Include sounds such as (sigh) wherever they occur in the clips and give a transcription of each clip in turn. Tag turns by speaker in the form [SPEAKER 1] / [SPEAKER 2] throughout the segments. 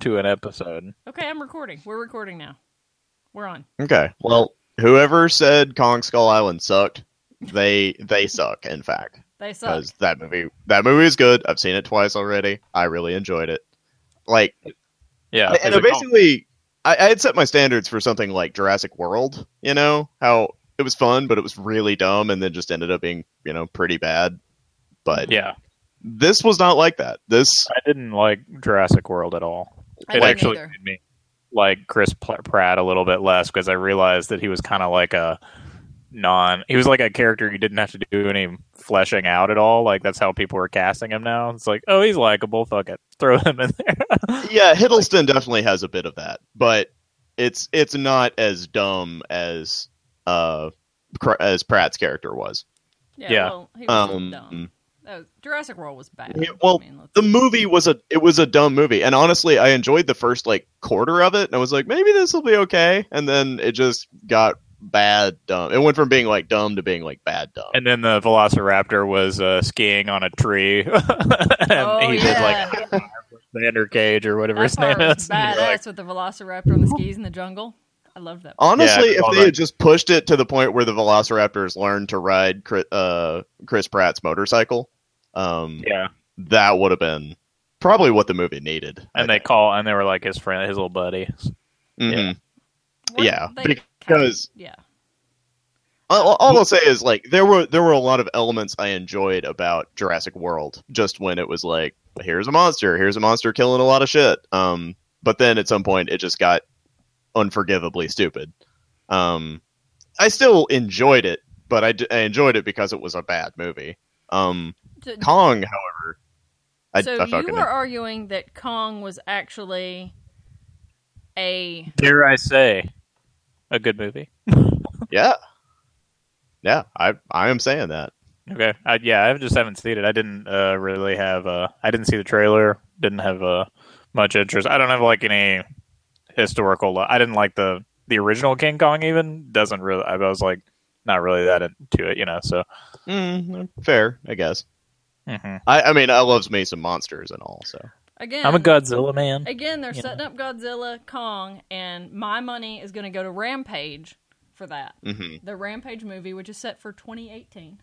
[SPEAKER 1] to an episode.
[SPEAKER 2] Okay, I'm recording. We're recording now. We're on.
[SPEAKER 3] Okay. Well, whoever said Kong Skull Island sucked, they they suck. In fact,
[SPEAKER 2] They suck.
[SPEAKER 3] because that movie that movie is good. I've seen it twice already. I really enjoyed it. Like,
[SPEAKER 1] Yeah,
[SPEAKER 3] and I basically, I, I had set my standards for something like Jurassic World. You know how it was fun, but it was really dumb, and then just ended up being you know pretty bad. But
[SPEAKER 1] yeah,
[SPEAKER 3] this was not like that. This
[SPEAKER 1] I didn't like Jurassic World at all.
[SPEAKER 2] I
[SPEAKER 1] It
[SPEAKER 2] didn't
[SPEAKER 1] actually
[SPEAKER 2] either.
[SPEAKER 1] made me like Chris Pl- Pratt a little bit less because I realized that he was kind of like a non. He was like a character you didn't have to do any fleshing out at all. Like that's how people were casting him now. It's like, oh, he's likable. Fuck it, throw him in there. (laughs)
[SPEAKER 3] yeah, Hiddleston definitely has a bit of that, but it's it's not as dumb as uh Cr- as Pratt's character was.
[SPEAKER 2] Yeah.
[SPEAKER 1] Yeah.
[SPEAKER 2] Well, he was dumb.
[SPEAKER 3] Um,
[SPEAKER 2] Oh, Jurassic World was bad.
[SPEAKER 3] Yeah, well,
[SPEAKER 2] I mean, let's-
[SPEAKER 3] the movie was a it was a dumb movie, and honestly, I enjoyed the first like quarter of it, and I was like, maybe this will be okay, and then it just got bad dumb. It went from being like dumb to being like bad dumb.
[SPEAKER 1] and then the Velociraptor was uh, skiing on a tree, (laughs) and
[SPEAKER 2] Oh,
[SPEAKER 3] (laughs)
[SPEAKER 1] he did
[SPEAKER 2] yeah.
[SPEAKER 1] like Vander Cage or whatever
[SPEAKER 2] that
[SPEAKER 1] his name
[SPEAKER 2] part was
[SPEAKER 1] is. And
[SPEAKER 2] badass
[SPEAKER 1] you're like,
[SPEAKER 2] with the Velociraptor on the skis in the jungle. I love that. part.
[SPEAKER 3] Honestly,
[SPEAKER 1] Yeah,
[SPEAKER 3] if
[SPEAKER 1] all
[SPEAKER 3] they
[SPEAKER 1] that-
[SPEAKER 3] had just pushed it to the point where the Velociraptors learned to ride Chris, uh, Chris Pratt's motorcycle, um,
[SPEAKER 1] yeah.
[SPEAKER 3] that would have been probably what the movie needed.
[SPEAKER 1] and they call and they were like his friend his little buddy
[SPEAKER 3] Mhm.
[SPEAKER 2] Weren't
[SPEAKER 3] yeah,
[SPEAKER 2] they kind of-
[SPEAKER 3] because-
[SPEAKER 2] yeah,
[SPEAKER 3] All, all I'll say is like there were there were a lot of elements I enjoyed about Jurassic World just when it was like here's a monster, here's a monster killing a lot of shit. Um, but then at some point it just got unforgivably stupid. Um, I still enjoyed it, but I, d- I enjoyed it because it was a bad movie. Um,
[SPEAKER 2] So-
[SPEAKER 3] Kong, however, I,
[SPEAKER 2] so
[SPEAKER 3] I
[SPEAKER 2] you
[SPEAKER 3] fucking
[SPEAKER 2] were arguing that Kong was actually a
[SPEAKER 1] dare i say a good movie
[SPEAKER 3] yeah, yeah. I I am saying that.
[SPEAKER 1] okay I, yeah i just haven't seen it i didn't uh, really have uh, i didn't see the trailer didn't have uh, much interest i don't have like any historical lo- i didn't like the the original king kong even doesn't really i was like not really that into it you know so
[SPEAKER 3] Mm, fair, I guess.
[SPEAKER 1] mhm.
[SPEAKER 3] I, I mean, I loves me some monsters and all. So
[SPEAKER 2] again.
[SPEAKER 1] i'm a godzilla man
[SPEAKER 2] Again, they're
[SPEAKER 1] you
[SPEAKER 2] setting up Godzilla, Kong, and my money is going to go to Rampage for that.
[SPEAKER 3] hmm
[SPEAKER 2] The Rampage movie, which is set for 2018,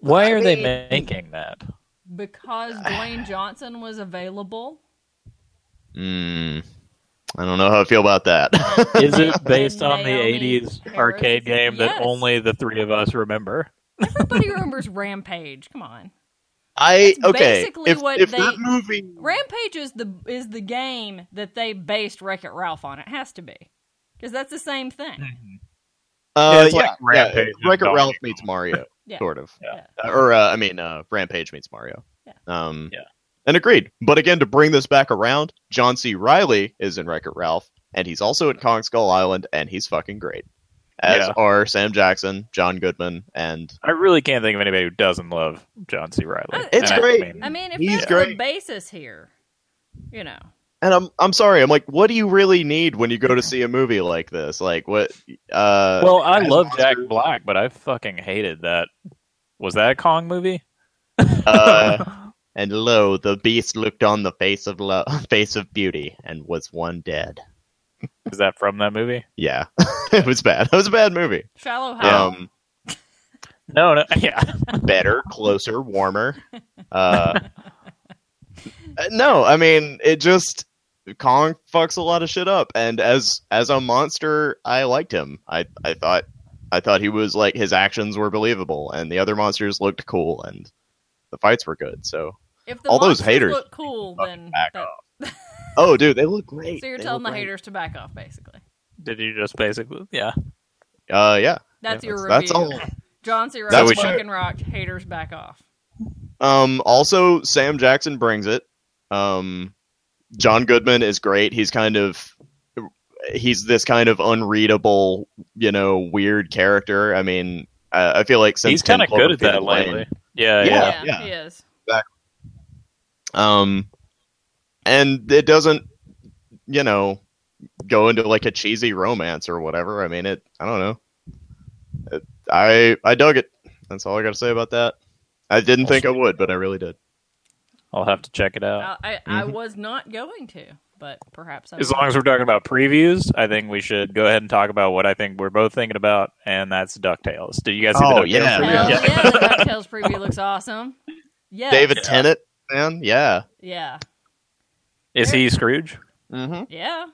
[SPEAKER 1] why
[SPEAKER 3] I
[SPEAKER 1] are they
[SPEAKER 3] mean-
[SPEAKER 1] making that
[SPEAKER 3] (sighs)
[SPEAKER 2] because Dwayne Johnson was available.
[SPEAKER 3] mm, I don't know how I feel about that.
[SPEAKER 1] (laughs) is it based on the
[SPEAKER 2] Naomi
[SPEAKER 1] 80s
[SPEAKER 2] Harris.
[SPEAKER 1] arcade game that
[SPEAKER 2] Yes.
[SPEAKER 1] only the three of us remember
[SPEAKER 2] Everybody remembers Rampage. Come on,
[SPEAKER 3] (laughs) I
[SPEAKER 2] That's
[SPEAKER 3] okay.
[SPEAKER 2] basically
[SPEAKER 3] if
[SPEAKER 2] what
[SPEAKER 3] if
[SPEAKER 2] they-
[SPEAKER 3] that movie,
[SPEAKER 2] Rampage is the is the game that they based Wreck It Ralph on. It has to be because that's the same
[SPEAKER 1] Hmm.
[SPEAKER 2] thing.
[SPEAKER 1] Yeah,
[SPEAKER 3] uh,
[SPEAKER 1] it's
[SPEAKER 3] yeah,
[SPEAKER 1] like
[SPEAKER 3] yeah,
[SPEAKER 1] Rampage and
[SPEAKER 3] Wreck-It
[SPEAKER 1] Donkey
[SPEAKER 3] Ralph
[SPEAKER 1] Kong.
[SPEAKER 3] meets Mario,
[SPEAKER 2] Yeah.
[SPEAKER 3] sort of,
[SPEAKER 1] Yeah.
[SPEAKER 3] Uh, (laughs) or uh, I mean, uh, Rampage meets Mario.
[SPEAKER 2] Yeah.
[SPEAKER 3] Um,
[SPEAKER 1] Yeah.
[SPEAKER 3] and agreed. But again, to bring this back around, John C. Riley is in Wreck-It Ralph, and he's also at Kong Skull Island, and he's fucking great. As
[SPEAKER 1] Yeah.
[SPEAKER 3] are Sam Jackson, John Goodman, and
[SPEAKER 1] I really can't think of anybody who doesn't love John C. Riley.
[SPEAKER 2] I-
[SPEAKER 3] It's
[SPEAKER 1] And
[SPEAKER 3] great.
[SPEAKER 1] I mean,
[SPEAKER 2] I mean, if
[SPEAKER 3] He's
[SPEAKER 2] that's the
[SPEAKER 3] great.
[SPEAKER 2] basis here, you know,
[SPEAKER 3] and I'm I'm sorry. I'm like, what do you really need when you go to see a movie like this? Like, what? Uh,
[SPEAKER 1] well, I
[SPEAKER 3] as
[SPEAKER 1] love
[SPEAKER 3] monsters.
[SPEAKER 1] Jack Black, but I fucking hated that. Was that a Kong movie?
[SPEAKER 3] uh, and lo, the beast looked on the face of lo- (laughs) face of beauty and was one dead.
[SPEAKER 1] Is that from that movie?
[SPEAKER 3] Yeah, (laughs) it was bad. It was a bad movie.
[SPEAKER 2] shallow how
[SPEAKER 3] Um,
[SPEAKER 1] No, no. (laughs) Yeah.
[SPEAKER 3] better,
[SPEAKER 2] (laughs)
[SPEAKER 3] closer, warmer. Uh, no, I mean it just Kong fucks a lot of shit up, and as as a monster, I liked him. I I thought I thought he was like his actions were believable, and the other monsters looked cool, and the fights were good. So,
[SPEAKER 2] if the
[SPEAKER 3] all those
[SPEAKER 2] monsters
[SPEAKER 3] haters
[SPEAKER 2] look cool, then
[SPEAKER 3] back
[SPEAKER 2] that-
[SPEAKER 3] oh dude, they look great.
[SPEAKER 2] so you're
[SPEAKER 3] They
[SPEAKER 2] telling
[SPEAKER 3] look
[SPEAKER 2] the
[SPEAKER 3] great.
[SPEAKER 2] haters to back off, basically.
[SPEAKER 1] Did you just basically? Yeah.
[SPEAKER 3] Uh, yeah,
[SPEAKER 2] That's
[SPEAKER 3] Yeah,
[SPEAKER 2] your review.
[SPEAKER 3] that's all.
[SPEAKER 2] John C.
[SPEAKER 3] That's
[SPEAKER 2] Rock,
[SPEAKER 3] what-
[SPEAKER 2] fucking rock, haters back off.
[SPEAKER 3] Um, also, Sam Jackson brings it. Um, John Goodman is great. He's kind of he's this kind of unreadable, you know, weird character. I mean, uh, I feel like since
[SPEAKER 1] He's kind of
[SPEAKER 3] 10
[SPEAKER 1] good at that
[SPEAKER 3] Cloverfield Lane-
[SPEAKER 1] lately. Yeah, yeah.
[SPEAKER 3] Yeah.
[SPEAKER 2] he is.
[SPEAKER 3] Um, and it doesn't, you know, go into like a cheesy romance or whatever. I mean, it. I don't know. It, I I dug it. That's all I got to say about that. I didn't think I would, but I really did.
[SPEAKER 1] I'll have to check it out.
[SPEAKER 2] I, I, I
[SPEAKER 3] Mhm.
[SPEAKER 2] was not going to. but perhaps I'm
[SPEAKER 1] As long as we're talking about previews, I think we should go ahead and talk about what I think we're both thinking about, and that's Ducktales. Did you guys? See
[SPEAKER 3] Oh,
[SPEAKER 1] the DuckTales
[SPEAKER 3] yeah.
[SPEAKER 1] preview?
[SPEAKER 2] well, yeah. the DuckTales preview looks awesome. Yeah,
[SPEAKER 3] David Tennant, man, yeah.
[SPEAKER 2] Yeah,
[SPEAKER 1] Is he Scrooge?
[SPEAKER 3] Mm-hmm.
[SPEAKER 2] yeah.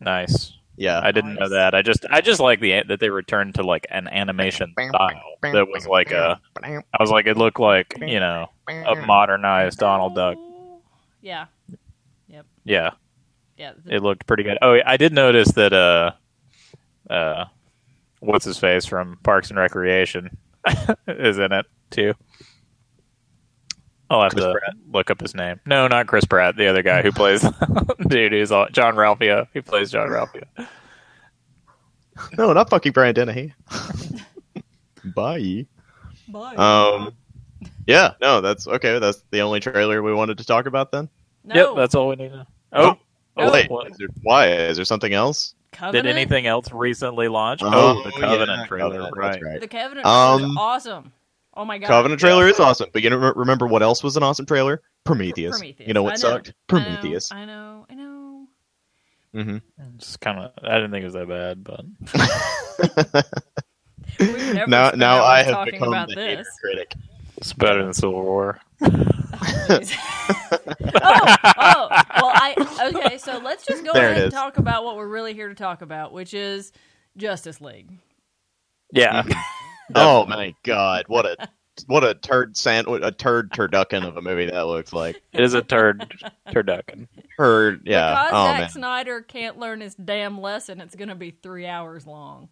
[SPEAKER 1] Nice.
[SPEAKER 3] Yeah.
[SPEAKER 1] I didn't know
[SPEAKER 2] Nice.
[SPEAKER 1] that. I just I just like the that they returned to like an animation style that was like a. I was like it looked like you know a modernized Donald Duck.
[SPEAKER 2] Yeah,
[SPEAKER 1] Yeah,
[SPEAKER 2] yeah. the-
[SPEAKER 1] it looked pretty good. Oh, yeah, I did notice that. Uh, uh, what's his face from Parks and Recreation (laughs) is in it too. I'll have
[SPEAKER 3] Chris
[SPEAKER 1] to look up his name. No, not Chris Pratt, the other guy who plays (laughs) dude who's all, John Ralphio. He plays John Ralphio.
[SPEAKER 3] No, not fucking
[SPEAKER 2] (laughs)
[SPEAKER 3] Brian Dennehy. Bye.
[SPEAKER 2] Bye.
[SPEAKER 3] Um, yeah, no, that's okay. That's the only trailer we wanted to talk about then.
[SPEAKER 2] no,
[SPEAKER 1] Yep, that's all we need. to know. Oh,
[SPEAKER 3] Oh,
[SPEAKER 1] oh,
[SPEAKER 3] wait,
[SPEAKER 1] what-
[SPEAKER 3] is there, why? Is there something else?
[SPEAKER 2] Covenant.
[SPEAKER 1] did anything else recently launch?
[SPEAKER 3] Oh,
[SPEAKER 1] Oh, the Covenant
[SPEAKER 3] yeah,
[SPEAKER 1] trailer,
[SPEAKER 3] Covenant,
[SPEAKER 1] right?
[SPEAKER 3] that's right.
[SPEAKER 2] The Covenant
[SPEAKER 3] Um,
[SPEAKER 2] trailer is awesome. Oh my god,
[SPEAKER 3] Covenant trailer is awesome, but you don't re- remember what else was an awesome trailer? Prometheus.
[SPEAKER 2] Prometheus.
[SPEAKER 3] You know
[SPEAKER 2] I
[SPEAKER 3] what
[SPEAKER 2] know.
[SPEAKER 3] sucked?
[SPEAKER 2] I know,
[SPEAKER 3] Prometheus.
[SPEAKER 2] I know. I know.
[SPEAKER 3] hmm
[SPEAKER 1] Just kind of, I didn't think it was that bad, but
[SPEAKER 2] We would never
[SPEAKER 3] Now,
[SPEAKER 2] spend
[SPEAKER 3] now
[SPEAKER 2] hours
[SPEAKER 3] I have
[SPEAKER 2] talking
[SPEAKER 3] become
[SPEAKER 2] about
[SPEAKER 3] the hater
[SPEAKER 2] this. (laughs)
[SPEAKER 3] critic.
[SPEAKER 1] it's better than Civil War.
[SPEAKER 3] (laughs)
[SPEAKER 2] Jeez. (laughs) oh, oh, well, I okay. So let's just go
[SPEAKER 3] There it
[SPEAKER 2] ahead and
[SPEAKER 3] is.
[SPEAKER 2] talk about what we're really here to talk about, which is Justice League.
[SPEAKER 1] Yeah,
[SPEAKER 3] Oh my god, what a what a turd sandwich, a turd turducken of a movie that looks like.
[SPEAKER 1] it is a turd turducken.
[SPEAKER 3] Turd, yeah.
[SPEAKER 2] Because
[SPEAKER 3] oh
[SPEAKER 2] Zack
[SPEAKER 3] man.
[SPEAKER 2] Snyder can't learn his damn lesson, it's going to be three hours long.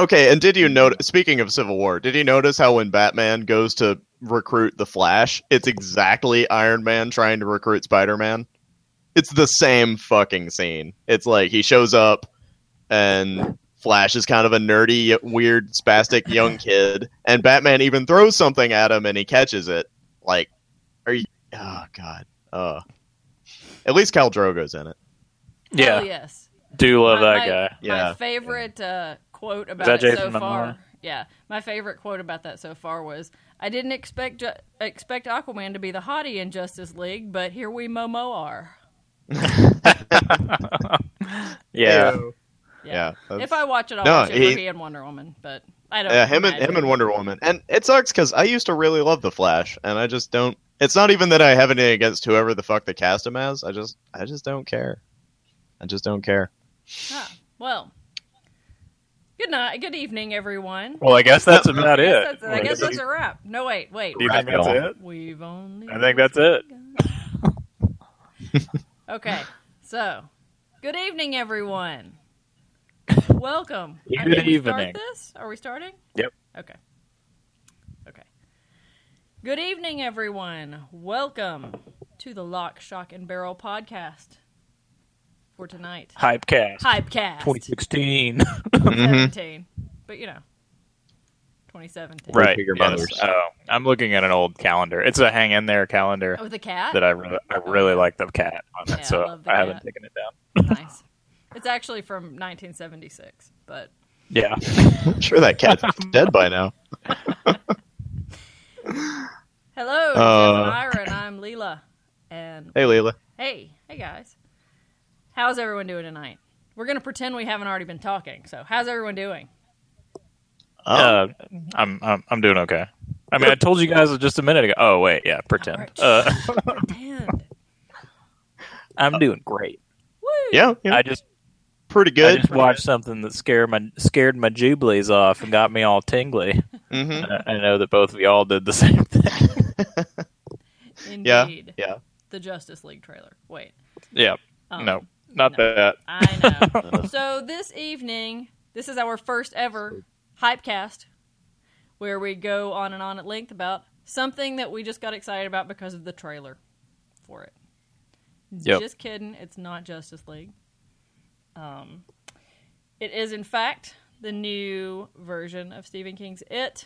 [SPEAKER 3] Okay, and did you notice? Speaking of Civil War, did you notice how when Batman goes to recruit the Flash, it's exactly Iron Man trying to recruit Spider Man? It's the same fucking scene. It's like he shows up, and Flash is kind of a nerdy, weird, spastic
[SPEAKER 2] (clears throat)
[SPEAKER 3] young kid, and Batman even throws something at him, and he catches it. Like, are you? Oh God. Uh, at least Cal Drogo's in it.
[SPEAKER 1] Yeah,
[SPEAKER 2] Oh, yes.
[SPEAKER 1] do love
[SPEAKER 2] My-
[SPEAKER 1] that
[SPEAKER 2] my-
[SPEAKER 1] guy.
[SPEAKER 3] Yeah.
[SPEAKER 2] My favorite uh, quote about
[SPEAKER 1] that
[SPEAKER 2] it so
[SPEAKER 1] Jason Momoa?
[SPEAKER 2] far. Yeah, my favorite quote about that so far was, "I didn't expect ju- expect Aquaman to be the hottie in Justice League, but here we Momo are."
[SPEAKER 1] Yeah,
[SPEAKER 3] Ew. Yeah. that's-
[SPEAKER 2] if I watch it, I'll
[SPEAKER 3] No,
[SPEAKER 2] watch it
[SPEAKER 3] he-
[SPEAKER 2] for he and Wonder Woman, but I don't.
[SPEAKER 3] Yeah, him and
[SPEAKER 2] imagine-
[SPEAKER 3] him and Wonder Woman, and it sucks because I used to really love the Flash, and I just don't. It's not even that I have anything against whoever the fuck they cast him as. I just, I just don't care. I just don't care.
[SPEAKER 2] Ah, well, good night, good evening, everyone.
[SPEAKER 1] Well, I guess that's about
[SPEAKER 2] I
[SPEAKER 1] it.
[SPEAKER 2] guess, that's, I guess that's a wrap. No, wait, wait.
[SPEAKER 1] do you think that's it?
[SPEAKER 2] We've only.
[SPEAKER 1] I think that's it.
[SPEAKER 2] Okay, so good evening, everyone. Welcome.
[SPEAKER 1] (laughs)
[SPEAKER 2] I
[SPEAKER 1] Good
[SPEAKER 2] think we start
[SPEAKER 1] evening.
[SPEAKER 2] this? Are we starting?
[SPEAKER 1] Yep.
[SPEAKER 2] Okay. Okay. Good evening, everyone. Welcome to the Lock, Shock, and Barrel podcast for tonight.
[SPEAKER 1] Hypecast
[SPEAKER 2] Hypecast
[SPEAKER 1] 2016. Mm-hmm.
[SPEAKER 2] 2017, but you know, 2017.
[SPEAKER 1] right.
[SPEAKER 3] Bigger
[SPEAKER 1] yes.
[SPEAKER 3] Brothers.
[SPEAKER 1] Oh, I'm looking at an old calendar. It's a hang in there calendar.
[SPEAKER 2] Oh, the cat.
[SPEAKER 1] that I really, I really like the cat on it,
[SPEAKER 2] Yeah, I
[SPEAKER 1] so
[SPEAKER 2] love the
[SPEAKER 1] I, haven't
[SPEAKER 2] cat.
[SPEAKER 1] taken it down.
[SPEAKER 2] nice. It's actually from 1976, but
[SPEAKER 1] Yeah,
[SPEAKER 3] I'm (laughs) sure that cat's dead by now.
[SPEAKER 2] Hello,
[SPEAKER 3] Uh,
[SPEAKER 2] I'm Myra, and I'm Leela. And
[SPEAKER 3] Hey, Leela.
[SPEAKER 2] hey, hey guys, how's everyone doing tonight? We're gonna pretend we haven't already been talking. So, how's everyone
[SPEAKER 1] (laughs)
[SPEAKER 2] doing?
[SPEAKER 3] Oh,
[SPEAKER 1] uh, I'm, I'm I'm doing okay. I mean, I told you guys just a minute ago. Oh wait, yeah,
[SPEAKER 2] All
[SPEAKER 1] pretend.
[SPEAKER 2] right.
[SPEAKER 1] Uh, (laughs)
[SPEAKER 2] Pretend.
[SPEAKER 1] I'm doing great.
[SPEAKER 2] Woo!
[SPEAKER 3] yeah, yeah,
[SPEAKER 1] I just
[SPEAKER 3] pretty
[SPEAKER 1] I
[SPEAKER 3] good.
[SPEAKER 1] just watched something that scared my scared my jubilees off and got me all
[SPEAKER 3] (laughs)
[SPEAKER 1] tingly.
[SPEAKER 3] hmm
[SPEAKER 1] I I know that both of y'all did the (laughs) same thing.
[SPEAKER 3] Yeah,
[SPEAKER 2] Indeed.
[SPEAKER 3] yeah.
[SPEAKER 2] The Justice League trailer. Wait.
[SPEAKER 1] yeah,
[SPEAKER 2] Um,
[SPEAKER 1] no, not
[SPEAKER 2] no.
[SPEAKER 1] that.
[SPEAKER 2] I
[SPEAKER 1] (laughs)
[SPEAKER 2] know. so this evening, this is our first ever hypecast, where we go on and on at length about something that we just got excited about because of the trailer for it.
[SPEAKER 1] Yep.
[SPEAKER 2] Just kidding, it's not Justice League. Um, it is in fact the new version of Stephen King's It,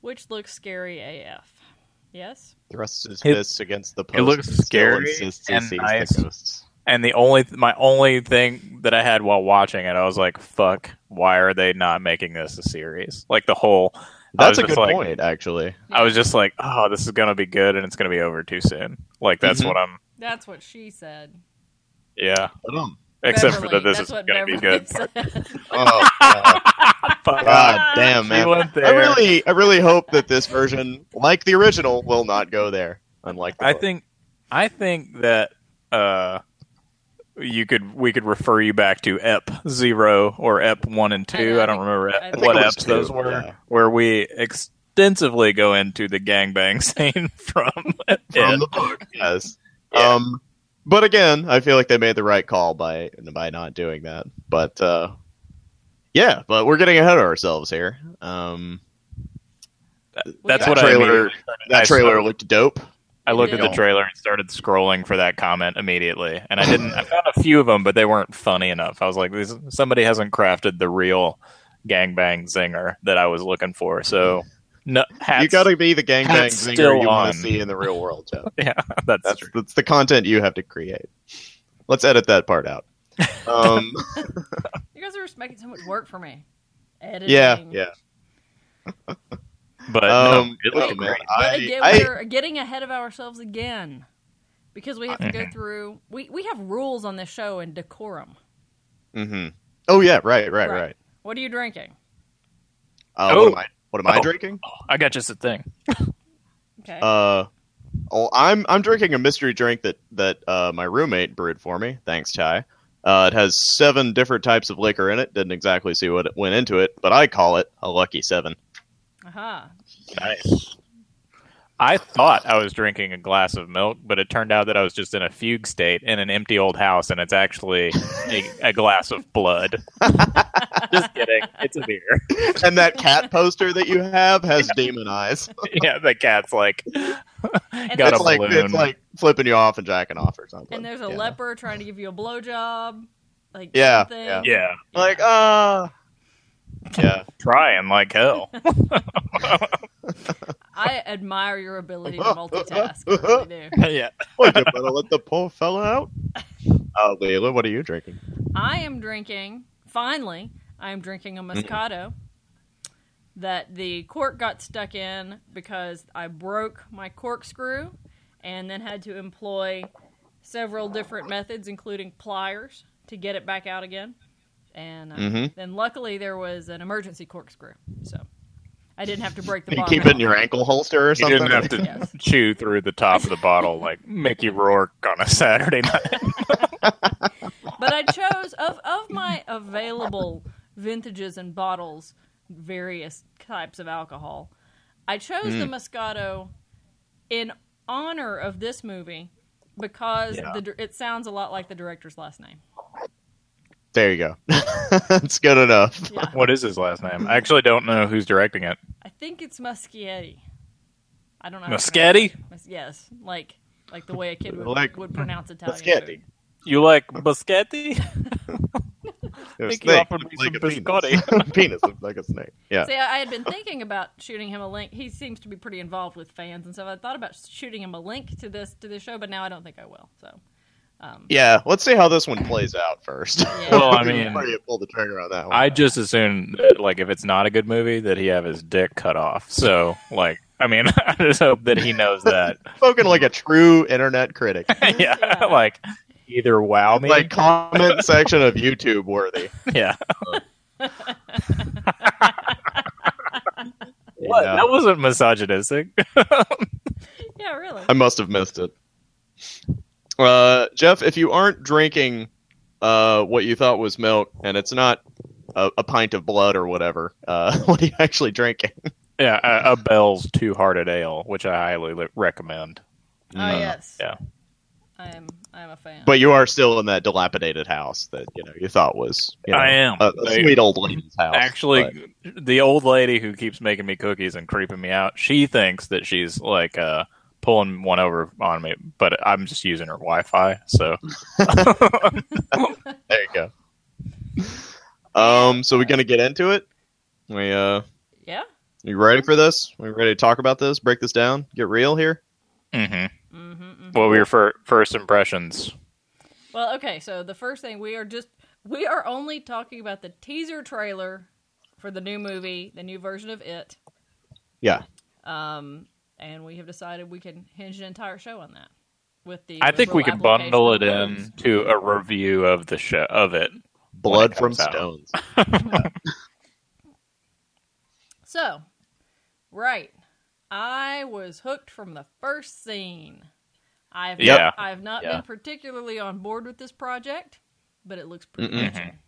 [SPEAKER 2] which looks scary AF. Yes.
[SPEAKER 3] Thrusts his
[SPEAKER 1] It-
[SPEAKER 3] fists against the post.
[SPEAKER 1] looks
[SPEAKER 3] and still
[SPEAKER 1] scary
[SPEAKER 3] insists he
[SPEAKER 1] and
[SPEAKER 3] sees the
[SPEAKER 1] nice.
[SPEAKER 3] ghosts.
[SPEAKER 1] And the only th- my only thing that I had while watching it, I was like, "Fuck! Why are they not making this a series?" Like the whole. I was
[SPEAKER 3] That's a
[SPEAKER 1] just
[SPEAKER 3] good
[SPEAKER 1] like,
[SPEAKER 3] point, actually.
[SPEAKER 1] I was just like, "Oh, this is gonna be good," and it's gonna be over too soon. Like that's
[SPEAKER 3] Mhm.
[SPEAKER 1] what I'm.
[SPEAKER 2] That's what she said.
[SPEAKER 1] Yeah.
[SPEAKER 3] (laughs) Ba-dum.
[SPEAKER 1] Except for
[SPEAKER 2] Beverly.
[SPEAKER 1] that this
[SPEAKER 2] That's
[SPEAKER 1] is
[SPEAKER 2] what
[SPEAKER 1] going to be
[SPEAKER 2] Beverly
[SPEAKER 1] good.
[SPEAKER 2] (laughs) said.
[SPEAKER 3] Oh, God.
[SPEAKER 1] Fuck.
[SPEAKER 3] (laughs) God damn,
[SPEAKER 1] She
[SPEAKER 3] man.
[SPEAKER 1] went there.
[SPEAKER 3] I really, I really hope that this version, like the original, will not go there. Unlike the
[SPEAKER 1] I
[SPEAKER 3] book.
[SPEAKER 1] think I think that uh you could we could refer you back to EP zero or EP one and
[SPEAKER 2] I know,
[SPEAKER 1] two. I,
[SPEAKER 2] I
[SPEAKER 1] don't
[SPEAKER 2] think-
[SPEAKER 1] remember
[SPEAKER 2] I think
[SPEAKER 1] what
[SPEAKER 3] it was
[SPEAKER 1] EPs those
[SPEAKER 3] two,
[SPEAKER 1] were,
[SPEAKER 3] yeah.
[SPEAKER 1] where we extensively go into the gangbang (laughs) scene from, it.
[SPEAKER 3] from the book. Yes.
[SPEAKER 1] Yeah.
[SPEAKER 3] Um, but again, I feel like they made the right call by by not doing that. But uh, yeah, but we're getting ahead of ourselves here. Um,
[SPEAKER 1] That's
[SPEAKER 3] that
[SPEAKER 1] what I
[SPEAKER 3] trailer.
[SPEAKER 1] immediately-
[SPEAKER 3] that
[SPEAKER 1] I
[SPEAKER 3] trailer
[SPEAKER 1] started-
[SPEAKER 3] looked dope.
[SPEAKER 1] I looked
[SPEAKER 2] It
[SPEAKER 1] at the
[SPEAKER 3] did.
[SPEAKER 1] trailer and started scrolling for that comment immediately, and I didn't. I found a few of them, but they weren't funny enough. I was like, this, somebody hasn't crafted the real gangbang zinger that I was looking for. So, no, hats, (laughs)
[SPEAKER 3] you got to be the gangbang
[SPEAKER 1] hats
[SPEAKER 3] zinger
[SPEAKER 1] still
[SPEAKER 3] you
[SPEAKER 1] on.
[SPEAKER 3] want to see in the real world, Joe.
[SPEAKER 1] that's,
[SPEAKER 3] That's that's the content you have to create. Let's edit that
[SPEAKER 1] (laughs)
[SPEAKER 3] part out. Um,
[SPEAKER 2] You guys are making so much work for me. Editing.
[SPEAKER 3] yeah, yeah.
[SPEAKER 1] But
[SPEAKER 3] Um,
[SPEAKER 1] no, it
[SPEAKER 3] oh,
[SPEAKER 1] looked
[SPEAKER 3] man,
[SPEAKER 1] great.
[SPEAKER 2] But
[SPEAKER 3] I-
[SPEAKER 2] again,
[SPEAKER 3] I-
[SPEAKER 2] we're getting ahead of ourselves again because we have to
[SPEAKER 3] Mm-hmm.
[SPEAKER 2] go through. We we have rules on this show and decorum.
[SPEAKER 3] hmm Oh yeah, right,
[SPEAKER 2] Right.
[SPEAKER 3] right, right.
[SPEAKER 2] What are you drinking?
[SPEAKER 3] Uh,
[SPEAKER 1] Oh.
[SPEAKER 3] What am I? What am I
[SPEAKER 1] Oh.
[SPEAKER 3] drinking?
[SPEAKER 1] I got just a thing.
[SPEAKER 2] Okay.
[SPEAKER 3] Uh, oh, I'm I'm drinking a mystery drink that that uh, my roommate brewed for me. Thanks, Ty. Uh, it has seven different types of liquor in it. Didn't exactly see what it went into it, but I call it a lucky seven.
[SPEAKER 2] Aha.
[SPEAKER 1] Nice. I thought I was drinking a glass of milk, but it turned out that I was just in a fugue state in an empty old house, and it's actually a, a glass of
[SPEAKER 3] (laughs)
[SPEAKER 1] blood. just kidding. It's a beer.
[SPEAKER 3] and
[SPEAKER 1] (laughs)
[SPEAKER 3] that cat poster that you have has demon eyes.
[SPEAKER 1] yeah, the cat's like
[SPEAKER 2] And
[SPEAKER 1] (laughs) got
[SPEAKER 3] it's
[SPEAKER 1] a
[SPEAKER 3] like
[SPEAKER 1] balloon.
[SPEAKER 3] it's like flipping you off and jacking off or something.
[SPEAKER 2] And there's a
[SPEAKER 3] Yeah.
[SPEAKER 2] leper trying to give you a blowjob. Like
[SPEAKER 3] Yeah,
[SPEAKER 2] something.
[SPEAKER 3] yeah.
[SPEAKER 1] yeah,
[SPEAKER 3] Like ah. yeah.
[SPEAKER 1] trying like hell.
[SPEAKER 2] I admire your ability to
[SPEAKER 3] (laughs)
[SPEAKER 2] multitask. I really do.
[SPEAKER 1] yeah,
[SPEAKER 3] Well, you better let the poor fella
[SPEAKER 2] (laughs)
[SPEAKER 3] out. Uh, Leila, what are you drinking?
[SPEAKER 2] I am drinking, finally, I am drinking a Moscato that the cork got stuck in because I broke my corkscrew and then had to employ several different methods, including pliers, to get it back out again. And uh,
[SPEAKER 3] Mhm.
[SPEAKER 2] then luckily there was an emergency corkscrew. So I didn't have to break the
[SPEAKER 3] You
[SPEAKER 2] bottom.
[SPEAKER 3] keep it in your ankle holster or
[SPEAKER 1] you
[SPEAKER 3] something?
[SPEAKER 1] didn't have to
[SPEAKER 2] Yes.
[SPEAKER 1] chew through the top of the bottle like Mickey Rourke on a Saturday night.
[SPEAKER 2] but I chose of of my available vintages and bottles, various types of alcohol. I chose the Moscato in honor of this movie because
[SPEAKER 1] Yeah.
[SPEAKER 2] the dir- it sounds a lot like the director's last name.
[SPEAKER 3] There you go. (laughs) That's good enough.
[SPEAKER 2] Yeah,
[SPEAKER 1] What is his last name? I actually don't know who's directing it.
[SPEAKER 2] I think it's Muschietti. I don't know. how to pronounce
[SPEAKER 1] Muschetti?
[SPEAKER 2] it. Mus- Yes, like like the way a kid would,
[SPEAKER 3] Like
[SPEAKER 2] would pronounce Italian.
[SPEAKER 3] Muschietti.
[SPEAKER 2] food.
[SPEAKER 1] You like Buschetti?
[SPEAKER 3] It was
[SPEAKER 1] Think you
[SPEAKER 3] snake.
[SPEAKER 1] offered me
[SPEAKER 3] Looks like
[SPEAKER 1] some
[SPEAKER 3] a penis. (laughs)
[SPEAKER 1] (laughs)
[SPEAKER 3] penis looks like a snake. Yeah.
[SPEAKER 2] See, I I had been thinking about shooting him a link. He seems to be pretty involved with fans, and so I thought about shooting him a link to this to this show, but now I don't think I will. So, um,
[SPEAKER 3] Yeah. Let's see how this one plays out first. (laughs)
[SPEAKER 2] Yeah.
[SPEAKER 1] Well, I mean-
[SPEAKER 3] Before you pull the trigger on that one.
[SPEAKER 1] I just assume that, like, if it's not a good movie, that he have his dick cut off. So, like, I mean, (laughs) I just hope that he knows that.
[SPEAKER 3] spoken like a true
[SPEAKER 1] (laughs)
[SPEAKER 3] internet critic.
[SPEAKER 1] yeah,
[SPEAKER 2] Yeah.
[SPEAKER 1] like, either wow me,
[SPEAKER 3] like comment section of YouTube worthy.
[SPEAKER 1] yeah. (laughs) What?
[SPEAKER 3] Yeah.
[SPEAKER 1] That wasn't misogynistic.
[SPEAKER 2] yeah, really.
[SPEAKER 3] I must have missed it. Uh, Jeff, if you aren't drinking uh, what you thought was milk and it's not a, a pint of blood or whatever, uh, (laughs) what are you actually drinking?
[SPEAKER 1] yeah, a, a Bell's Two Hearted Ale, which I highly li- recommend.
[SPEAKER 3] Ah,
[SPEAKER 2] oh yes,
[SPEAKER 1] yeah.
[SPEAKER 2] I am. I am a fan.
[SPEAKER 3] But you are still in that dilapidated house that you know you thought was. You know,
[SPEAKER 1] I am.
[SPEAKER 3] a, a
[SPEAKER 1] They-
[SPEAKER 3] sweet old lady's house. but-
[SPEAKER 1] Actually, the old lady who keeps making me cookies and creeping me out, she thinks that she's like uh, pulling one over on me, but I'm just using her Wi-Fi. So
[SPEAKER 3] there you go. Um, so we're gonna get into it. We uh,
[SPEAKER 2] yeah.
[SPEAKER 3] you ready for this? We ready to talk about this? Break this down? Get real here?
[SPEAKER 1] mhm.
[SPEAKER 2] Mm-hmm, hmm
[SPEAKER 1] what were your fir- first impressions?
[SPEAKER 2] Well, okay. So the first thing we are just we are only talking about the teaser trailer for the new movie, the new version of it,
[SPEAKER 3] Yeah.
[SPEAKER 2] um, and we have decided we can hinge an entire show on that. with the.
[SPEAKER 1] I think we
[SPEAKER 2] liberal
[SPEAKER 1] can bundle it
[SPEAKER 2] application
[SPEAKER 1] in to a review of the show of it.
[SPEAKER 3] Blood
[SPEAKER 1] it
[SPEAKER 3] from
[SPEAKER 1] comes out.
[SPEAKER 3] stones.
[SPEAKER 2] So, right, I was hooked from the first scene. I have
[SPEAKER 1] Yeah.
[SPEAKER 2] not, I have not
[SPEAKER 1] Yeah.
[SPEAKER 2] been particularly on board with this project, but it looks pretty
[SPEAKER 3] Mm-mm.
[SPEAKER 2] interesting,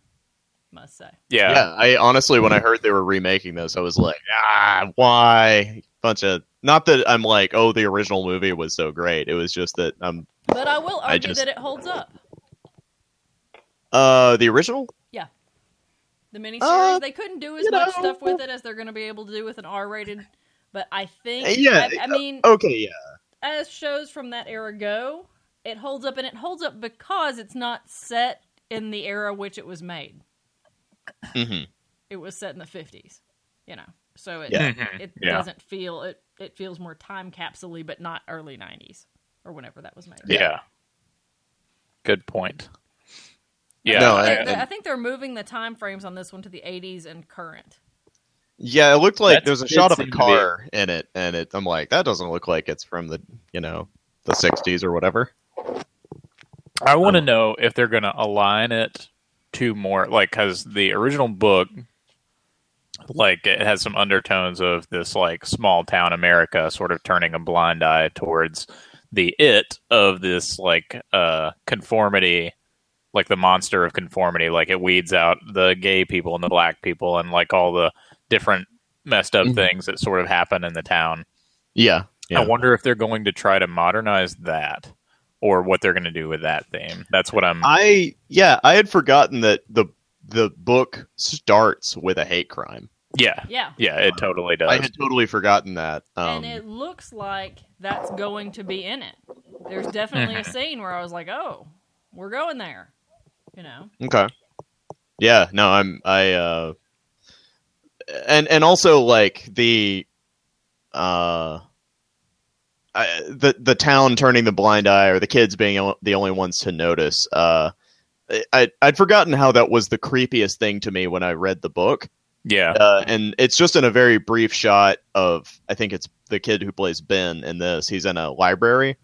[SPEAKER 2] must say.
[SPEAKER 1] Yeah.
[SPEAKER 3] Yeah, I honestly, when I heard they were remaking this, I was like, ah, why? Bunch of not that I'm like, oh, the original movie was so great. It was just that um,
[SPEAKER 2] But I will
[SPEAKER 3] I
[SPEAKER 2] argue
[SPEAKER 3] just-
[SPEAKER 2] that it holds up.
[SPEAKER 3] uh, the original.
[SPEAKER 2] The miniseries
[SPEAKER 3] Uh,
[SPEAKER 2] they couldn't do as
[SPEAKER 3] you
[SPEAKER 2] much
[SPEAKER 3] know.
[SPEAKER 2] stuff with it as they're going to be able to do with an R-rated. But I think,
[SPEAKER 3] Uh, yeah,
[SPEAKER 2] I, I mean,
[SPEAKER 3] Okay, yeah,
[SPEAKER 2] as shows from that era go, it holds up, and it holds up because it's not set in the era which it was made.
[SPEAKER 3] Mhm.
[SPEAKER 2] It was set in the fifties, you know. So it
[SPEAKER 3] Yeah.
[SPEAKER 1] Mhm.
[SPEAKER 2] it
[SPEAKER 1] Yeah.
[SPEAKER 2] doesn't feel it. It feels more time capsule but not early nineties or whenever that was made.
[SPEAKER 1] Yeah. Good point.
[SPEAKER 2] I
[SPEAKER 1] Yeah.
[SPEAKER 3] No,
[SPEAKER 2] think
[SPEAKER 3] I-
[SPEAKER 2] they're-
[SPEAKER 3] I-
[SPEAKER 2] I think they're moving the time frames on this one to the eighties and current.
[SPEAKER 3] yeah. It looked like
[SPEAKER 1] That's-
[SPEAKER 3] there's a
[SPEAKER 1] it
[SPEAKER 3] shot of a
[SPEAKER 1] seemed to
[SPEAKER 3] car in it, and it. I'm like, that doesn't look like it's from the you know the '60s or whatever.
[SPEAKER 1] I want to know if they're going to align it to more like because the original book, like it has some undertones of this like small town America sort of turning a blind eye towards the it of this like uh conformity like the monster of conformity like it weeds out the gay people and the black people and like all the different messed up
[SPEAKER 3] Mhm.
[SPEAKER 1] things that sort of happen in the town
[SPEAKER 3] Yeah, yeah.
[SPEAKER 1] I wonder if they're going to try to modernize that or what they're going to do with that theme. That's what I'm.
[SPEAKER 3] I yeah, I had forgotten that the the book starts with a hate crime.
[SPEAKER 1] yeah.
[SPEAKER 2] Yeah.
[SPEAKER 1] Yeah, it totally does.
[SPEAKER 3] I had totally forgotten that. Um,
[SPEAKER 2] and it looks like that's going to be in it. There's definitely
[SPEAKER 3] (laughs)
[SPEAKER 2] a scene where I was like, "Oh, we're going there," you know.
[SPEAKER 3] Okay. Yeah, no, I'm I uh and and also like the uh I, the the town turning the blind eye or the kids being o- the only ones to notice uh I I'd forgotten how that was the creepiest thing to me when I read the book.
[SPEAKER 1] yeah.
[SPEAKER 3] Uh, and it's just in a very brief shot of I think it's the kid who plays Ben in this. He's in a library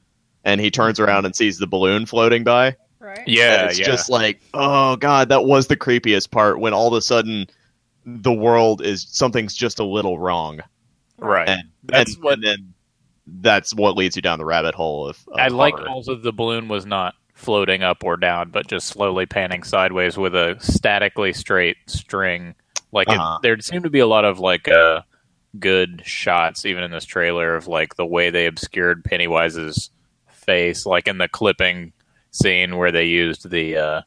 [SPEAKER 3] and he turns around and sees the balloon floating by.
[SPEAKER 2] Right.
[SPEAKER 1] Yeah.
[SPEAKER 3] And it's
[SPEAKER 1] yeah.
[SPEAKER 3] just like, oh god, that was the creepiest part when all of a sudden the world is something's just a little wrong.
[SPEAKER 1] right.
[SPEAKER 3] And
[SPEAKER 1] That's
[SPEAKER 3] and,
[SPEAKER 1] what-
[SPEAKER 3] and then that's what leads you down the rabbit hole of, of
[SPEAKER 1] I like
[SPEAKER 3] horror.
[SPEAKER 1] also the balloon was not floating up or down, but just slowly panning sideways with a statically straight string. Like
[SPEAKER 3] Uh-huh.
[SPEAKER 1] it, there seemed to be a lot of like uh, good shots, even in this trailer, of like the way they obscured Pennywise's face, like in the clipping scene where they used the uh,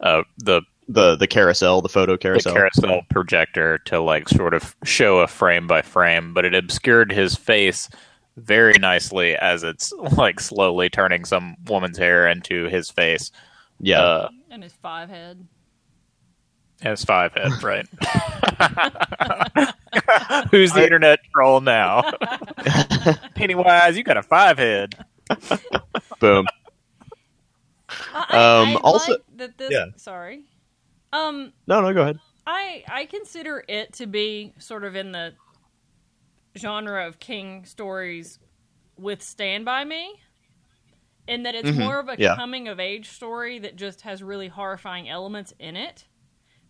[SPEAKER 1] uh, the
[SPEAKER 3] the the carousel, the photo carousel.
[SPEAKER 1] the carousel projector to like sort of show a frame by frame, but it obscured his face very nicely as it's like slowly turning some woman's hair into his face.
[SPEAKER 3] yeah.
[SPEAKER 1] Uh,
[SPEAKER 2] And his five head.
[SPEAKER 1] as five head,
[SPEAKER 3] (laughs)
[SPEAKER 1] right? Who's the internet troll now? (laughs) Pennywise, you got a five head.
[SPEAKER 2] I,
[SPEAKER 3] Boom.
[SPEAKER 2] I-
[SPEAKER 3] Um,
[SPEAKER 2] I
[SPEAKER 3] also-
[SPEAKER 2] like that this.
[SPEAKER 3] Yeah.
[SPEAKER 2] Sorry. Um,
[SPEAKER 3] No, no, go ahead.
[SPEAKER 2] I I consider it to be sort of in the genre of King stories with Stand by Me, in that it's
[SPEAKER 3] Mhm,
[SPEAKER 2] more of a
[SPEAKER 3] yeah.
[SPEAKER 2] coming of age story that just has really horrifying elements in it.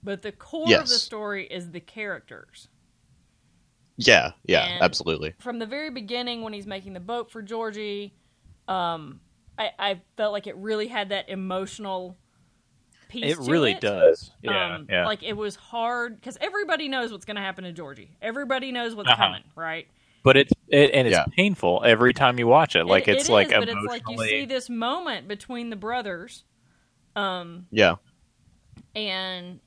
[SPEAKER 2] But the core of the
[SPEAKER 3] Yes.
[SPEAKER 2] story is the characters.
[SPEAKER 3] Yeah, yeah,
[SPEAKER 2] And-
[SPEAKER 3] absolutely.
[SPEAKER 2] from the very beginning when he's making the boat for Georgie, um, I, I felt like it really had that emotional piece.
[SPEAKER 1] It
[SPEAKER 2] to
[SPEAKER 1] really
[SPEAKER 2] it.
[SPEAKER 1] does. Yeah,
[SPEAKER 2] um,
[SPEAKER 1] yeah.
[SPEAKER 2] Like it was hard because everybody knows what's going to happen to Georgie. Everybody knows what's
[SPEAKER 1] Uh-huh.
[SPEAKER 2] coming, right?
[SPEAKER 1] but it's it, and it's
[SPEAKER 3] Yeah.
[SPEAKER 1] painful every time you watch it. Like
[SPEAKER 2] It-
[SPEAKER 1] it's
[SPEAKER 2] it
[SPEAKER 1] like
[SPEAKER 2] is, but
[SPEAKER 1] emotionally.
[SPEAKER 2] it's like you see this moment between the brothers, um,
[SPEAKER 3] Yeah.
[SPEAKER 2] and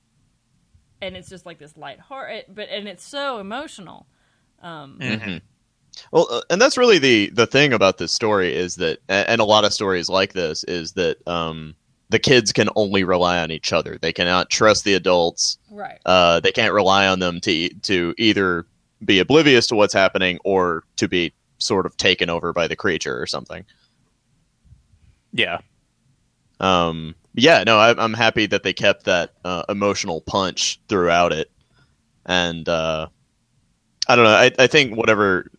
[SPEAKER 2] and it's just like this light heart, it, but and it's so emotional. Um,
[SPEAKER 1] Mhm.
[SPEAKER 3] Mm-hmm. Well, uh, and that's really the the thing about this story is that, a- and a lot of stories like this is that um, the kids can only rely on each other. They cannot trust the adults.
[SPEAKER 2] Right.
[SPEAKER 3] uh, they can't rely on them to e, to either be oblivious to what's happening or to be sort of taken over by the creature or something.
[SPEAKER 1] Yeah,
[SPEAKER 3] Um, yeah, no, I, I'm happy that they kept that uh, emotional punch throughout it, and uh, I don't know. I, I think whatever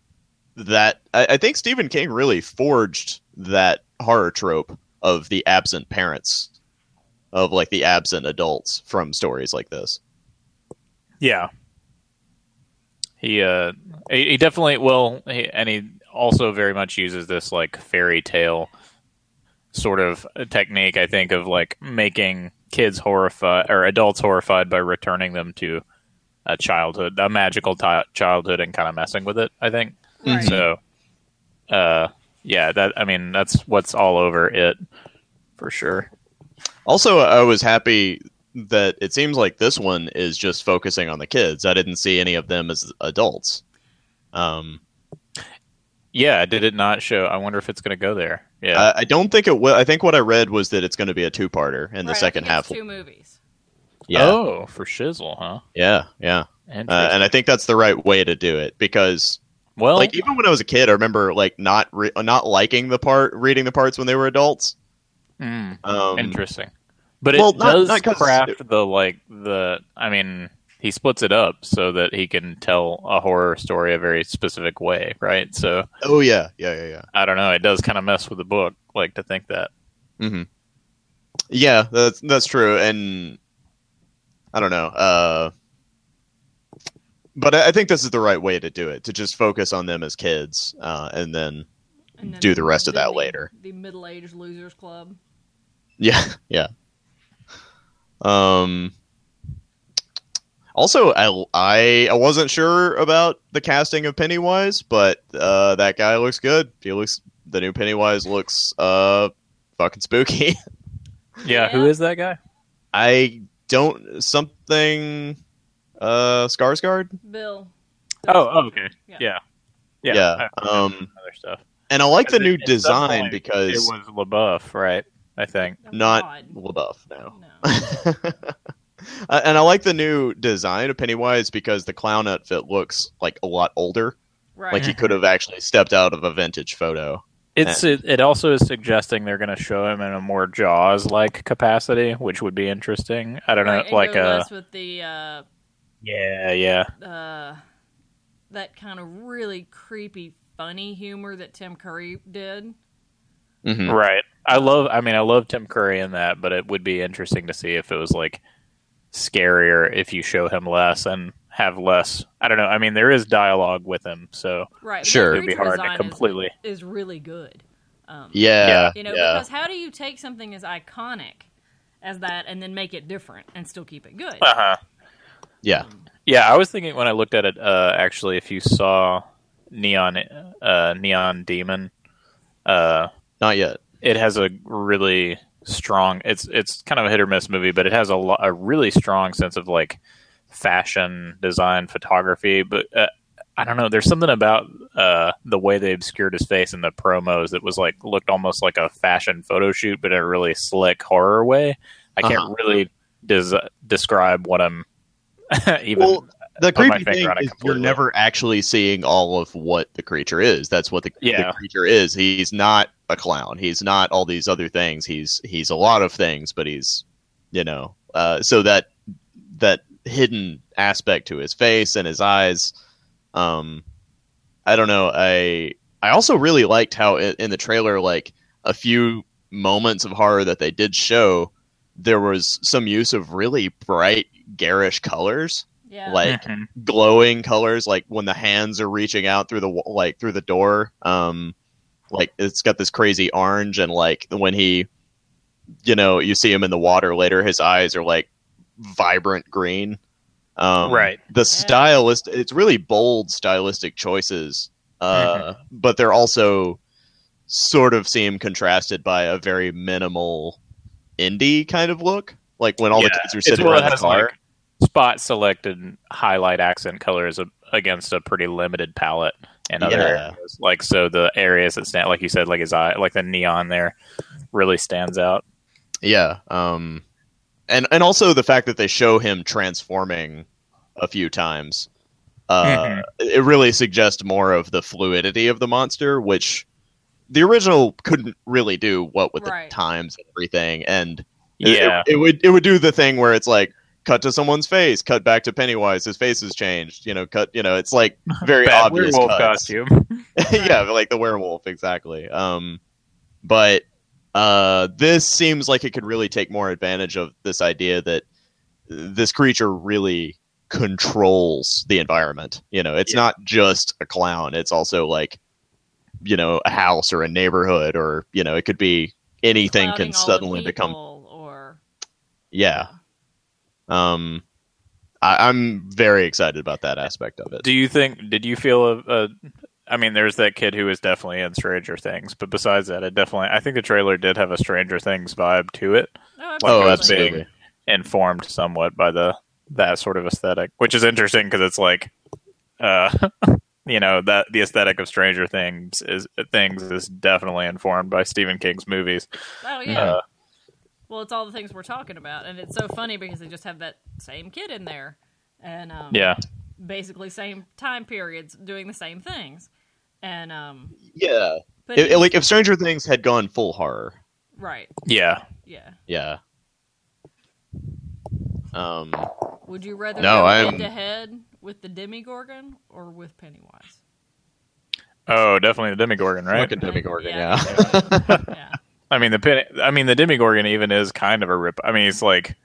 [SPEAKER 3] that I, I think Stephen King really forged that horror trope of the absent parents, of like the absent adults from stories like this.
[SPEAKER 1] Yeah. He uh he, he definitely well he, and he also very much uses this like fairy tale sort of technique I think of like making kids horrified or adults horrified by returning them to a childhood a magical ti childhood and kind of messing with it I think.
[SPEAKER 2] Right.
[SPEAKER 1] So uh yeah, that I mean that's what's all over it for sure.
[SPEAKER 3] Also, I was happy that it seems like this one is just focusing on the kids. I didn't see any of them as adults. Um,
[SPEAKER 1] Yeah, did it not show? I wonder if it's going to go there. Yeah.
[SPEAKER 3] I, I don't think it will. I think what I read was that it's going to be a two-parter, and the
[SPEAKER 2] Right, I
[SPEAKER 3] second
[SPEAKER 2] think it's
[SPEAKER 3] half.
[SPEAKER 2] two movies.
[SPEAKER 3] Yeah,
[SPEAKER 1] Oh, for shizzle, huh?
[SPEAKER 3] yeah, yeah.
[SPEAKER 1] Interesting.
[SPEAKER 3] Uh, and I think that's the right way to do it because
[SPEAKER 1] well,
[SPEAKER 3] like even when I was a kid, I remember like not re- not liking the part, reading the parts when they were adults.
[SPEAKER 1] mm,
[SPEAKER 3] Um,
[SPEAKER 1] interesting. But
[SPEAKER 3] well,
[SPEAKER 1] it
[SPEAKER 3] not-
[SPEAKER 1] does
[SPEAKER 3] not 'cause-
[SPEAKER 1] craft the like the. I mean, he splits it up so that he can tell a horror story a very specific way, right? So
[SPEAKER 3] Oh yeah, yeah, yeah, yeah.
[SPEAKER 1] I don't know. It does kind of mess with the book, like to think that.
[SPEAKER 3] Mm-hmm. Yeah, that's that's true, and I don't know. Uh, but I, I think this is the right way to do it—to just focus on them as kids, uh, and then (laughs)
[SPEAKER 2] And then
[SPEAKER 3] Do the rest of
[SPEAKER 2] do
[SPEAKER 3] that
[SPEAKER 2] the-
[SPEAKER 3] later.
[SPEAKER 2] The middle aged losers club.
[SPEAKER 3] Yeah, yeah. Um. Also, I, I I wasn't sure about the casting of Pennywise, but uh, that guy looks good. He looks the new Pennywise looks uh fucking spooky. (laughs)
[SPEAKER 1] Yeah,
[SPEAKER 2] Yeah.
[SPEAKER 1] who is that guy?
[SPEAKER 3] I don't something uh Skarsgård.
[SPEAKER 2] Bill.
[SPEAKER 1] Oh, oh, okay.
[SPEAKER 2] Yeah.
[SPEAKER 1] Yeah. Yeah.
[SPEAKER 3] Yeah,
[SPEAKER 1] I- I-
[SPEAKER 3] um,
[SPEAKER 1] other stuff.
[SPEAKER 3] And I like the
[SPEAKER 1] It-
[SPEAKER 3] new
[SPEAKER 1] at some
[SPEAKER 3] design
[SPEAKER 1] point, It
[SPEAKER 3] because
[SPEAKER 1] was LaBeouf, right? I think.
[SPEAKER 2] Oh,
[SPEAKER 3] not
[SPEAKER 2] God.
[SPEAKER 3] LaBeouf now. (laughs)
[SPEAKER 2] No.
[SPEAKER 3] Uh, and I like the new design of Pennywise because the clown outfit looks like a lot older.
[SPEAKER 2] Right.
[SPEAKER 3] Like he could have actually stepped out of a vintage photo.
[SPEAKER 1] It's it, it also is suggesting they're going to show him in a more Jaws like capacity, which would be interesting. I don't
[SPEAKER 2] Right,
[SPEAKER 1] know, like
[SPEAKER 2] and go
[SPEAKER 1] a
[SPEAKER 2] less with the uh,
[SPEAKER 1] yeah, yeah,
[SPEAKER 2] uh, that kind of really creepy, funny humor that Tim Curry did.
[SPEAKER 3] Mhm.
[SPEAKER 1] right. I love. I mean, I love Tim Curry in that, but it would be interesting to see if it was like scarier if you show him less and have less. I don't know. I mean, there is dialogue with him, so
[SPEAKER 2] Right. but
[SPEAKER 3] Sure.
[SPEAKER 2] the
[SPEAKER 1] it would be
[SPEAKER 2] creature
[SPEAKER 1] hard
[SPEAKER 2] design
[SPEAKER 1] to
[SPEAKER 2] is-
[SPEAKER 1] completely.
[SPEAKER 2] Is, really good. Um,
[SPEAKER 3] Yeah.
[SPEAKER 2] You know,
[SPEAKER 3] yeah.
[SPEAKER 2] because how do you take something as iconic as that and then make it different and still keep it good?
[SPEAKER 1] Uh huh.
[SPEAKER 3] yeah.
[SPEAKER 1] Yeah, I was thinking when I looked at it, uh, actually, if you saw Neon, uh, Neon Demon, uh.
[SPEAKER 3] Not yet.
[SPEAKER 1] it has a really strong it's it's kind of a hit or miss movie but it has a, lo- a really strong sense of like fashion design photography but uh, i don't know there's something about uh, the way they obscured his face in the promos that was like looked almost like a fashion photo shoot but in a really slick horror way i can't
[SPEAKER 3] Uh-huh.
[SPEAKER 1] really des- describe what i'm (laughs) even
[SPEAKER 3] well, the
[SPEAKER 1] put my
[SPEAKER 3] creepy
[SPEAKER 1] finger
[SPEAKER 3] thing
[SPEAKER 1] on it
[SPEAKER 3] is you're
[SPEAKER 1] completely.
[SPEAKER 3] never actually seeing all of what the creature is. That's what the,
[SPEAKER 1] Yeah.
[SPEAKER 3] the creature is. He's not a clown. He's not all these other things. He's he's a lot of things, but he's you know uh, so that that hidden aspect to his face and his eyes. Um, I don't know. I I also really liked how i in the trailer, like a few moments of horror that they did show, there was some use of really bright garish colors
[SPEAKER 2] yeah.
[SPEAKER 3] like-
[SPEAKER 1] (laughs) Mhm.
[SPEAKER 3] glowing colors like when the hands are reaching out through the wa- like through the door um like it's got this crazy orange and like when he you know you see him in the water later his eyes are like vibrant green um
[SPEAKER 1] Right.
[SPEAKER 3] the stylist it's really bold stylistic choices uh
[SPEAKER 1] Mm-hmm.
[SPEAKER 3] but they're also sort of seem contrasted by a very minimal indie kind of look like when all
[SPEAKER 1] Yeah,
[SPEAKER 3] the kids are
[SPEAKER 1] it's
[SPEAKER 3] sitting
[SPEAKER 1] where it
[SPEAKER 3] around the
[SPEAKER 1] has,
[SPEAKER 3] car
[SPEAKER 1] like, spot selected highlight accent colors a- against a pretty limited palette and other
[SPEAKER 3] Yeah.
[SPEAKER 1] areas. Like so the areas that stand like you said, like his eye like the neon there really stands out.
[SPEAKER 3] Yeah. Um, and and also the fact that they show him transforming a few times, uh,
[SPEAKER 1] Mhm.
[SPEAKER 3] it really suggests more of the fluidity of the monster, which the original couldn't really do. What with
[SPEAKER 2] Right.
[SPEAKER 3] the times and everything, and it-
[SPEAKER 1] Yeah.
[SPEAKER 3] it, it would it would do the thing where it's like cut to someone's face, cut back to Pennywise, his face has changed. You know, cut. You know, it's like
[SPEAKER 1] (laughs)
[SPEAKER 3] very
[SPEAKER 1] Bad
[SPEAKER 3] obvious
[SPEAKER 1] werewolf
[SPEAKER 3] cuts. (laughs)
[SPEAKER 1] costume.
[SPEAKER 3] yeah, like the werewolf exactly. Um, But uh, this seems like it could really take more advantage of this idea that this creature really controls the environment. You know, it's
[SPEAKER 1] Yeah.
[SPEAKER 3] not just a clown. It's also like, you know, a house or a neighborhood or, you know, it could be anything
[SPEAKER 2] Clouding all
[SPEAKER 3] can
[SPEAKER 2] the
[SPEAKER 3] suddenly become.
[SPEAKER 2] people Or
[SPEAKER 3] Yeah. Um, I, I'm very excited about that aspect of it.
[SPEAKER 1] Do you think? Did you feel a? a I mean, there's that kid who is definitely in Stranger Things, but besides that, it definitely. I think the trailer did have a Stranger Things vibe to it,
[SPEAKER 2] No,
[SPEAKER 3] oh,
[SPEAKER 1] Like,
[SPEAKER 3] absolutely.
[SPEAKER 1] being- informed somewhat by the that sort of aesthetic, which is interesting because it's like, uh, (laughs) you know, that the aesthetic of Stranger Things is things is definitely informed by Stephen King's movies.
[SPEAKER 2] Oh yeah.
[SPEAKER 1] Uh,
[SPEAKER 2] well, it's all the things we're talking about, and it's so funny because they just have that same kid in there, and um,
[SPEAKER 1] yeah,
[SPEAKER 2] basically same time periods doing the same things, and um,
[SPEAKER 3] Yeah.
[SPEAKER 2] but
[SPEAKER 3] It- it- like if Stranger Things had gone full horror.
[SPEAKER 2] right,
[SPEAKER 1] yeah.
[SPEAKER 2] yeah.
[SPEAKER 3] Yeah. Um,
[SPEAKER 2] Would you rather
[SPEAKER 3] No,
[SPEAKER 2] go
[SPEAKER 3] I'm-
[SPEAKER 2] head to head with the Demigorgon or with
[SPEAKER 1] (laughs)
[SPEAKER 2] Pennywise?
[SPEAKER 1] Oh, definitely the Demigorgon, right?
[SPEAKER 3] Fucking Demigorgon,
[SPEAKER 2] Yeah.
[SPEAKER 3] yeah.
[SPEAKER 2] yeah,
[SPEAKER 1] I mean the pin, I mean the Demigorgon even is kind of a rip. I mean, it's like.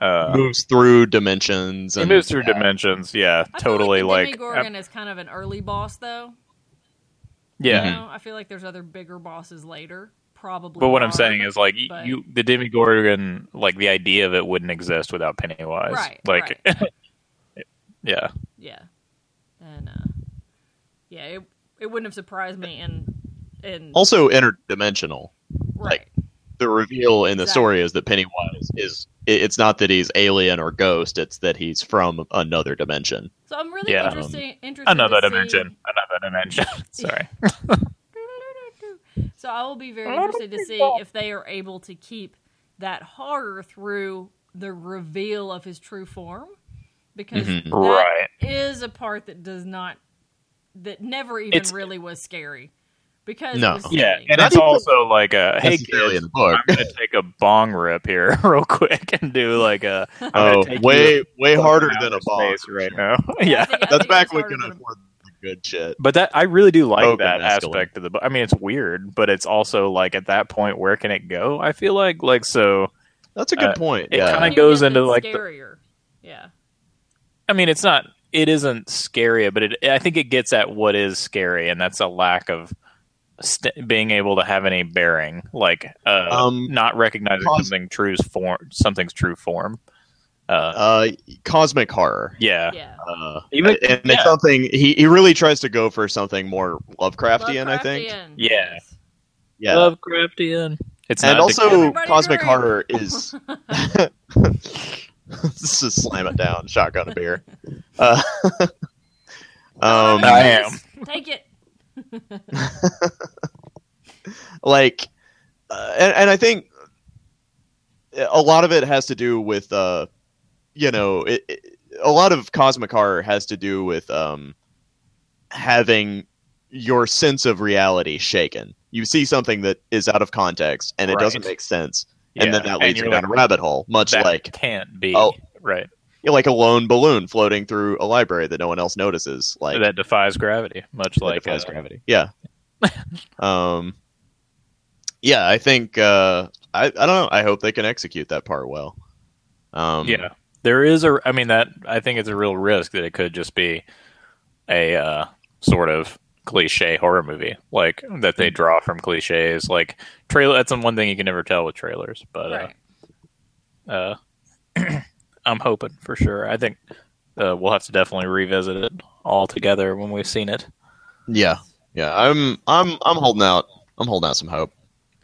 [SPEAKER 1] Uh,
[SPEAKER 3] moves through dimensions.
[SPEAKER 1] It
[SPEAKER 3] And,
[SPEAKER 1] moves through dimensions, yeah,
[SPEAKER 2] I feel
[SPEAKER 1] totally.
[SPEAKER 2] like
[SPEAKER 1] Like, um,
[SPEAKER 2] the Demigorgon is kind of an early boss, though.
[SPEAKER 1] yeah.
[SPEAKER 3] Mm-hmm.
[SPEAKER 2] you know? I feel like there's other bigger bosses later, probably.
[SPEAKER 1] But what I'm
[SPEAKER 2] are,
[SPEAKER 1] saying is, like, y-
[SPEAKER 2] but-
[SPEAKER 1] you the Demigorgon, like the idea of it wouldn't exist without Pennywise.
[SPEAKER 2] Right,
[SPEAKER 1] Like, (laughs) yeah,
[SPEAKER 2] Yeah. And uh yeah, it it wouldn't have surprised me and and
[SPEAKER 3] Also interdimensional.
[SPEAKER 2] right.
[SPEAKER 3] The reveal in the
[SPEAKER 2] Exactly.
[SPEAKER 3] story is that Pennywise is. it- It's not that he's alien or ghost. It's that he's from another dimension.
[SPEAKER 2] So I'm really
[SPEAKER 1] Yeah.
[SPEAKER 2] interesting (laughs) interested
[SPEAKER 1] another
[SPEAKER 2] to see-
[SPEAKER 1] dimension, another dimension. Sorry.
[SPEAKER 2] So I will be very interested to see if they are able to keep that horror through the reveal of his true form because that
[SPEAKER 3] Mhm.
[SPEAKER 2] is
[SPEAKER 1] Right.
[SPEAKER 2] a part that does not that never even
[SPEAKER 1] It's-
[SPEAKER 2] really was scary because
[SPEAKER 3] No.
[SPEAKER 2] it was silly.
[SPEAKER 1] Yeah, and
[SPEAKER 3] Not
[SPEAKER 1] it's
[SPEAKER 3] even
[SPEAKER 1] also like a hey
[SPEAKER 3] Necessarily
[SPEAKER 1] kids,
[SPEAKER 3] in the book.
[SPEAKER 1] I'm gonna take a bong rip here (laughs) real quick and do like a (laughs) I'm gonna
[SPEAKER 3] Oh,
[SPEAKER 1] take you
[SPEAKER 3] way way
[SPEAKER 1] fucking
[SPEAKER 3] harder
[SPEAKER 1] outer
[SPEAKER 3] than a boss
[SPEAKER 1] space right now. (laughs) (laughs) yeah,
[SPEAKER 2] I think- I
[SPEAKER 3] That's
[SPEAKER 2] think
[SPEAKER 3] back
[SPEAKER 2] it's
[SPEAKER 3] when we
[SPEAKER 2] harder
[SPEAKER 3] can
[SPEAKER 2] than a-
[SPEAKER 3] afford the good shit.
[SPEAKER 1] But that I really do like
[SPEAKER 3] Spoken
[SPEAKER 1] that
[SPEAKER 3] masculine.
[SPEAKER 1] aspect of the book. I mean, it's weird, but it's also like at that point, where can it go? I feel like like so.
[SPEAKER 3] That's a good
[SPEAKER 1] Uh,
[SPEAKER 3] point.
[SPEAKER 1] it
[SPEAKER 3] yeah.
[SPEAKER 1] kinda
[SPEAKER 2] Even
[SPEAKER 1] goes
[SPEAKER 2] if
[SPEAKER 1] into,
[SPEAKER 2] it's
[SPEAKER 1] like, the-
[SPEAKER 2] scarier. yeah.
[SPEAKER 1] I mean, it's not. It isn't scary, but it, I think it gets at what is scary, and that's a lack of st- being able to have any bearing, like uh,
[SPEAKER 3] Um,
[SPEAKER 1] not recognizing
[SPEAKER 3] cause-
[SPEAKER 1] something true's form, something's true form. Uh,
[SPEAKER 3] uh, cosmic horror.
[SPEAKER 1] yeah,
[SPEAKER 2] Yeah.
[SPEAKER 3] Uh,
[SPEAKER 1] Even-
[SPEAKER 3] and
[SPEAKER 1] yeah.
[SPEAKER 3] it's something he, he really tries to go for something more Lovecraftian, I think.
[SPEAKER 2] Lovecraftian,
[SPEAKER 1] Yeah.
[SPEAKER 2] yes.
[SPEAKER 3] Yeah.
[SPEAKER 1] Lovecraftian. It's
[SPEAKER 3] and
[SPEAKER 1] not
[SPEAKER 3] also,
[SPEAKER 1] decaying.
[SPEAKER 2] Everybody
[SPEAKER 3] cosmic
[SPEAKER 2] hurry.
[SPEAKER 3] horror
[SPEAKER 2] (laughs)
[SPEAKER 3] is. (laughs) Let's just slam it down, shotgun a beer. Uh, (laughs) um,
[SPEAKER 1] I am.
[SPEAKER 2] Take it.
[SPEAKER 3] like, uh, and, and I think a lot of it has to do with, uh, you know, it, it, a lot of cosmic horror has to do with um, having your sense of reality shaken. You see something that is out of context and it
[SPEAKER 1] Right.
[SPEAKER 3] doesn't make sense,
[SPEAKER 1] Yeah,
[SPEAKER 3] and then that leads
[SPEAKER 1] you're
[SPEAKER 3] you down a rabbit hole, much
[SPEAKER 1] that
[SPEAKER 3] like
[SPEAKER 1] can't be
[SPEAKER 3] Oh.
[SPEAKER 1] right.
[SPEAKER 3] you're like a lone balloon floating through a library that no one else notices. Like
[SPEAKER 1] that defies gravity, much
[SPEAKER 3] that
[SPEAKER 1] like
[SPEAKER 3] defies
[SPEAKER 1] uh,
[SPEAKER 3] gravity.
[SPEAKER 1] (laughs)
[SPEAKER 3] Yeah. um. Yeah, I think uh, I I don't know. I hope they can execute that part well. Um,
[SPEAKER 1] yeah there is a i mean that i think it's a real risk that it could just be a uh, sort of cliche horror movie like that
[SPEAKER 3] Hmm.
[SPEAKER 1] they draw from cliches like trailer that's the one thing you can never tell with trailers but
[SPEAKER 2] right.
[SPEAKER 1] uh, uh (clears throat) i'm hoping for sure i think uh, we'll have to definitely revisit it all together when we've seen it
[SPEAKER 3] yeah, yeah. I'm I'm I'm holding out. I'm holding out some hope.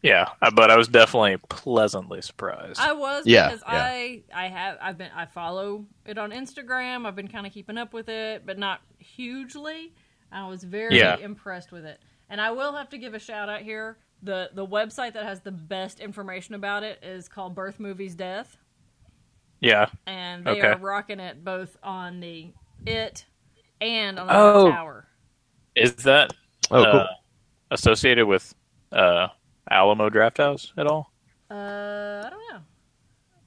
[SPEAKER 1] yeah uh, but i was definitely pleasantly surprised
[SPEAKER 2] I was
[SPEAKER 3] Yeah,
[SPEAKER 2] because
[SPEAKER 3] yeah.
[SPEAKER 2] I I have I've been I follow it on Instagram. I've been kind of keeping up with it, but not hugely. I was very
[SPEAKER 1] Yeah.
[SPEAKER 2] impressed with it. And I will have to give a shout out here. The the website that has the best information about it is called Birth Movies Death.
[SPEAKER 1] yeah
[SPEAKER 2] And they
[SPEAKER 1] Okay.
[SPEAKER 2] are rocking it both on the it and on the
[SPEAKER 1] Oh.
[SPEAKER 2] tower.
[SPEAKER 1] is that
[SPEAKER 3] Oh, cool.
[SPEAKER 1] uh, associated with uh alamo draft house at all
[SPEAKER 2] Uh, I don't know.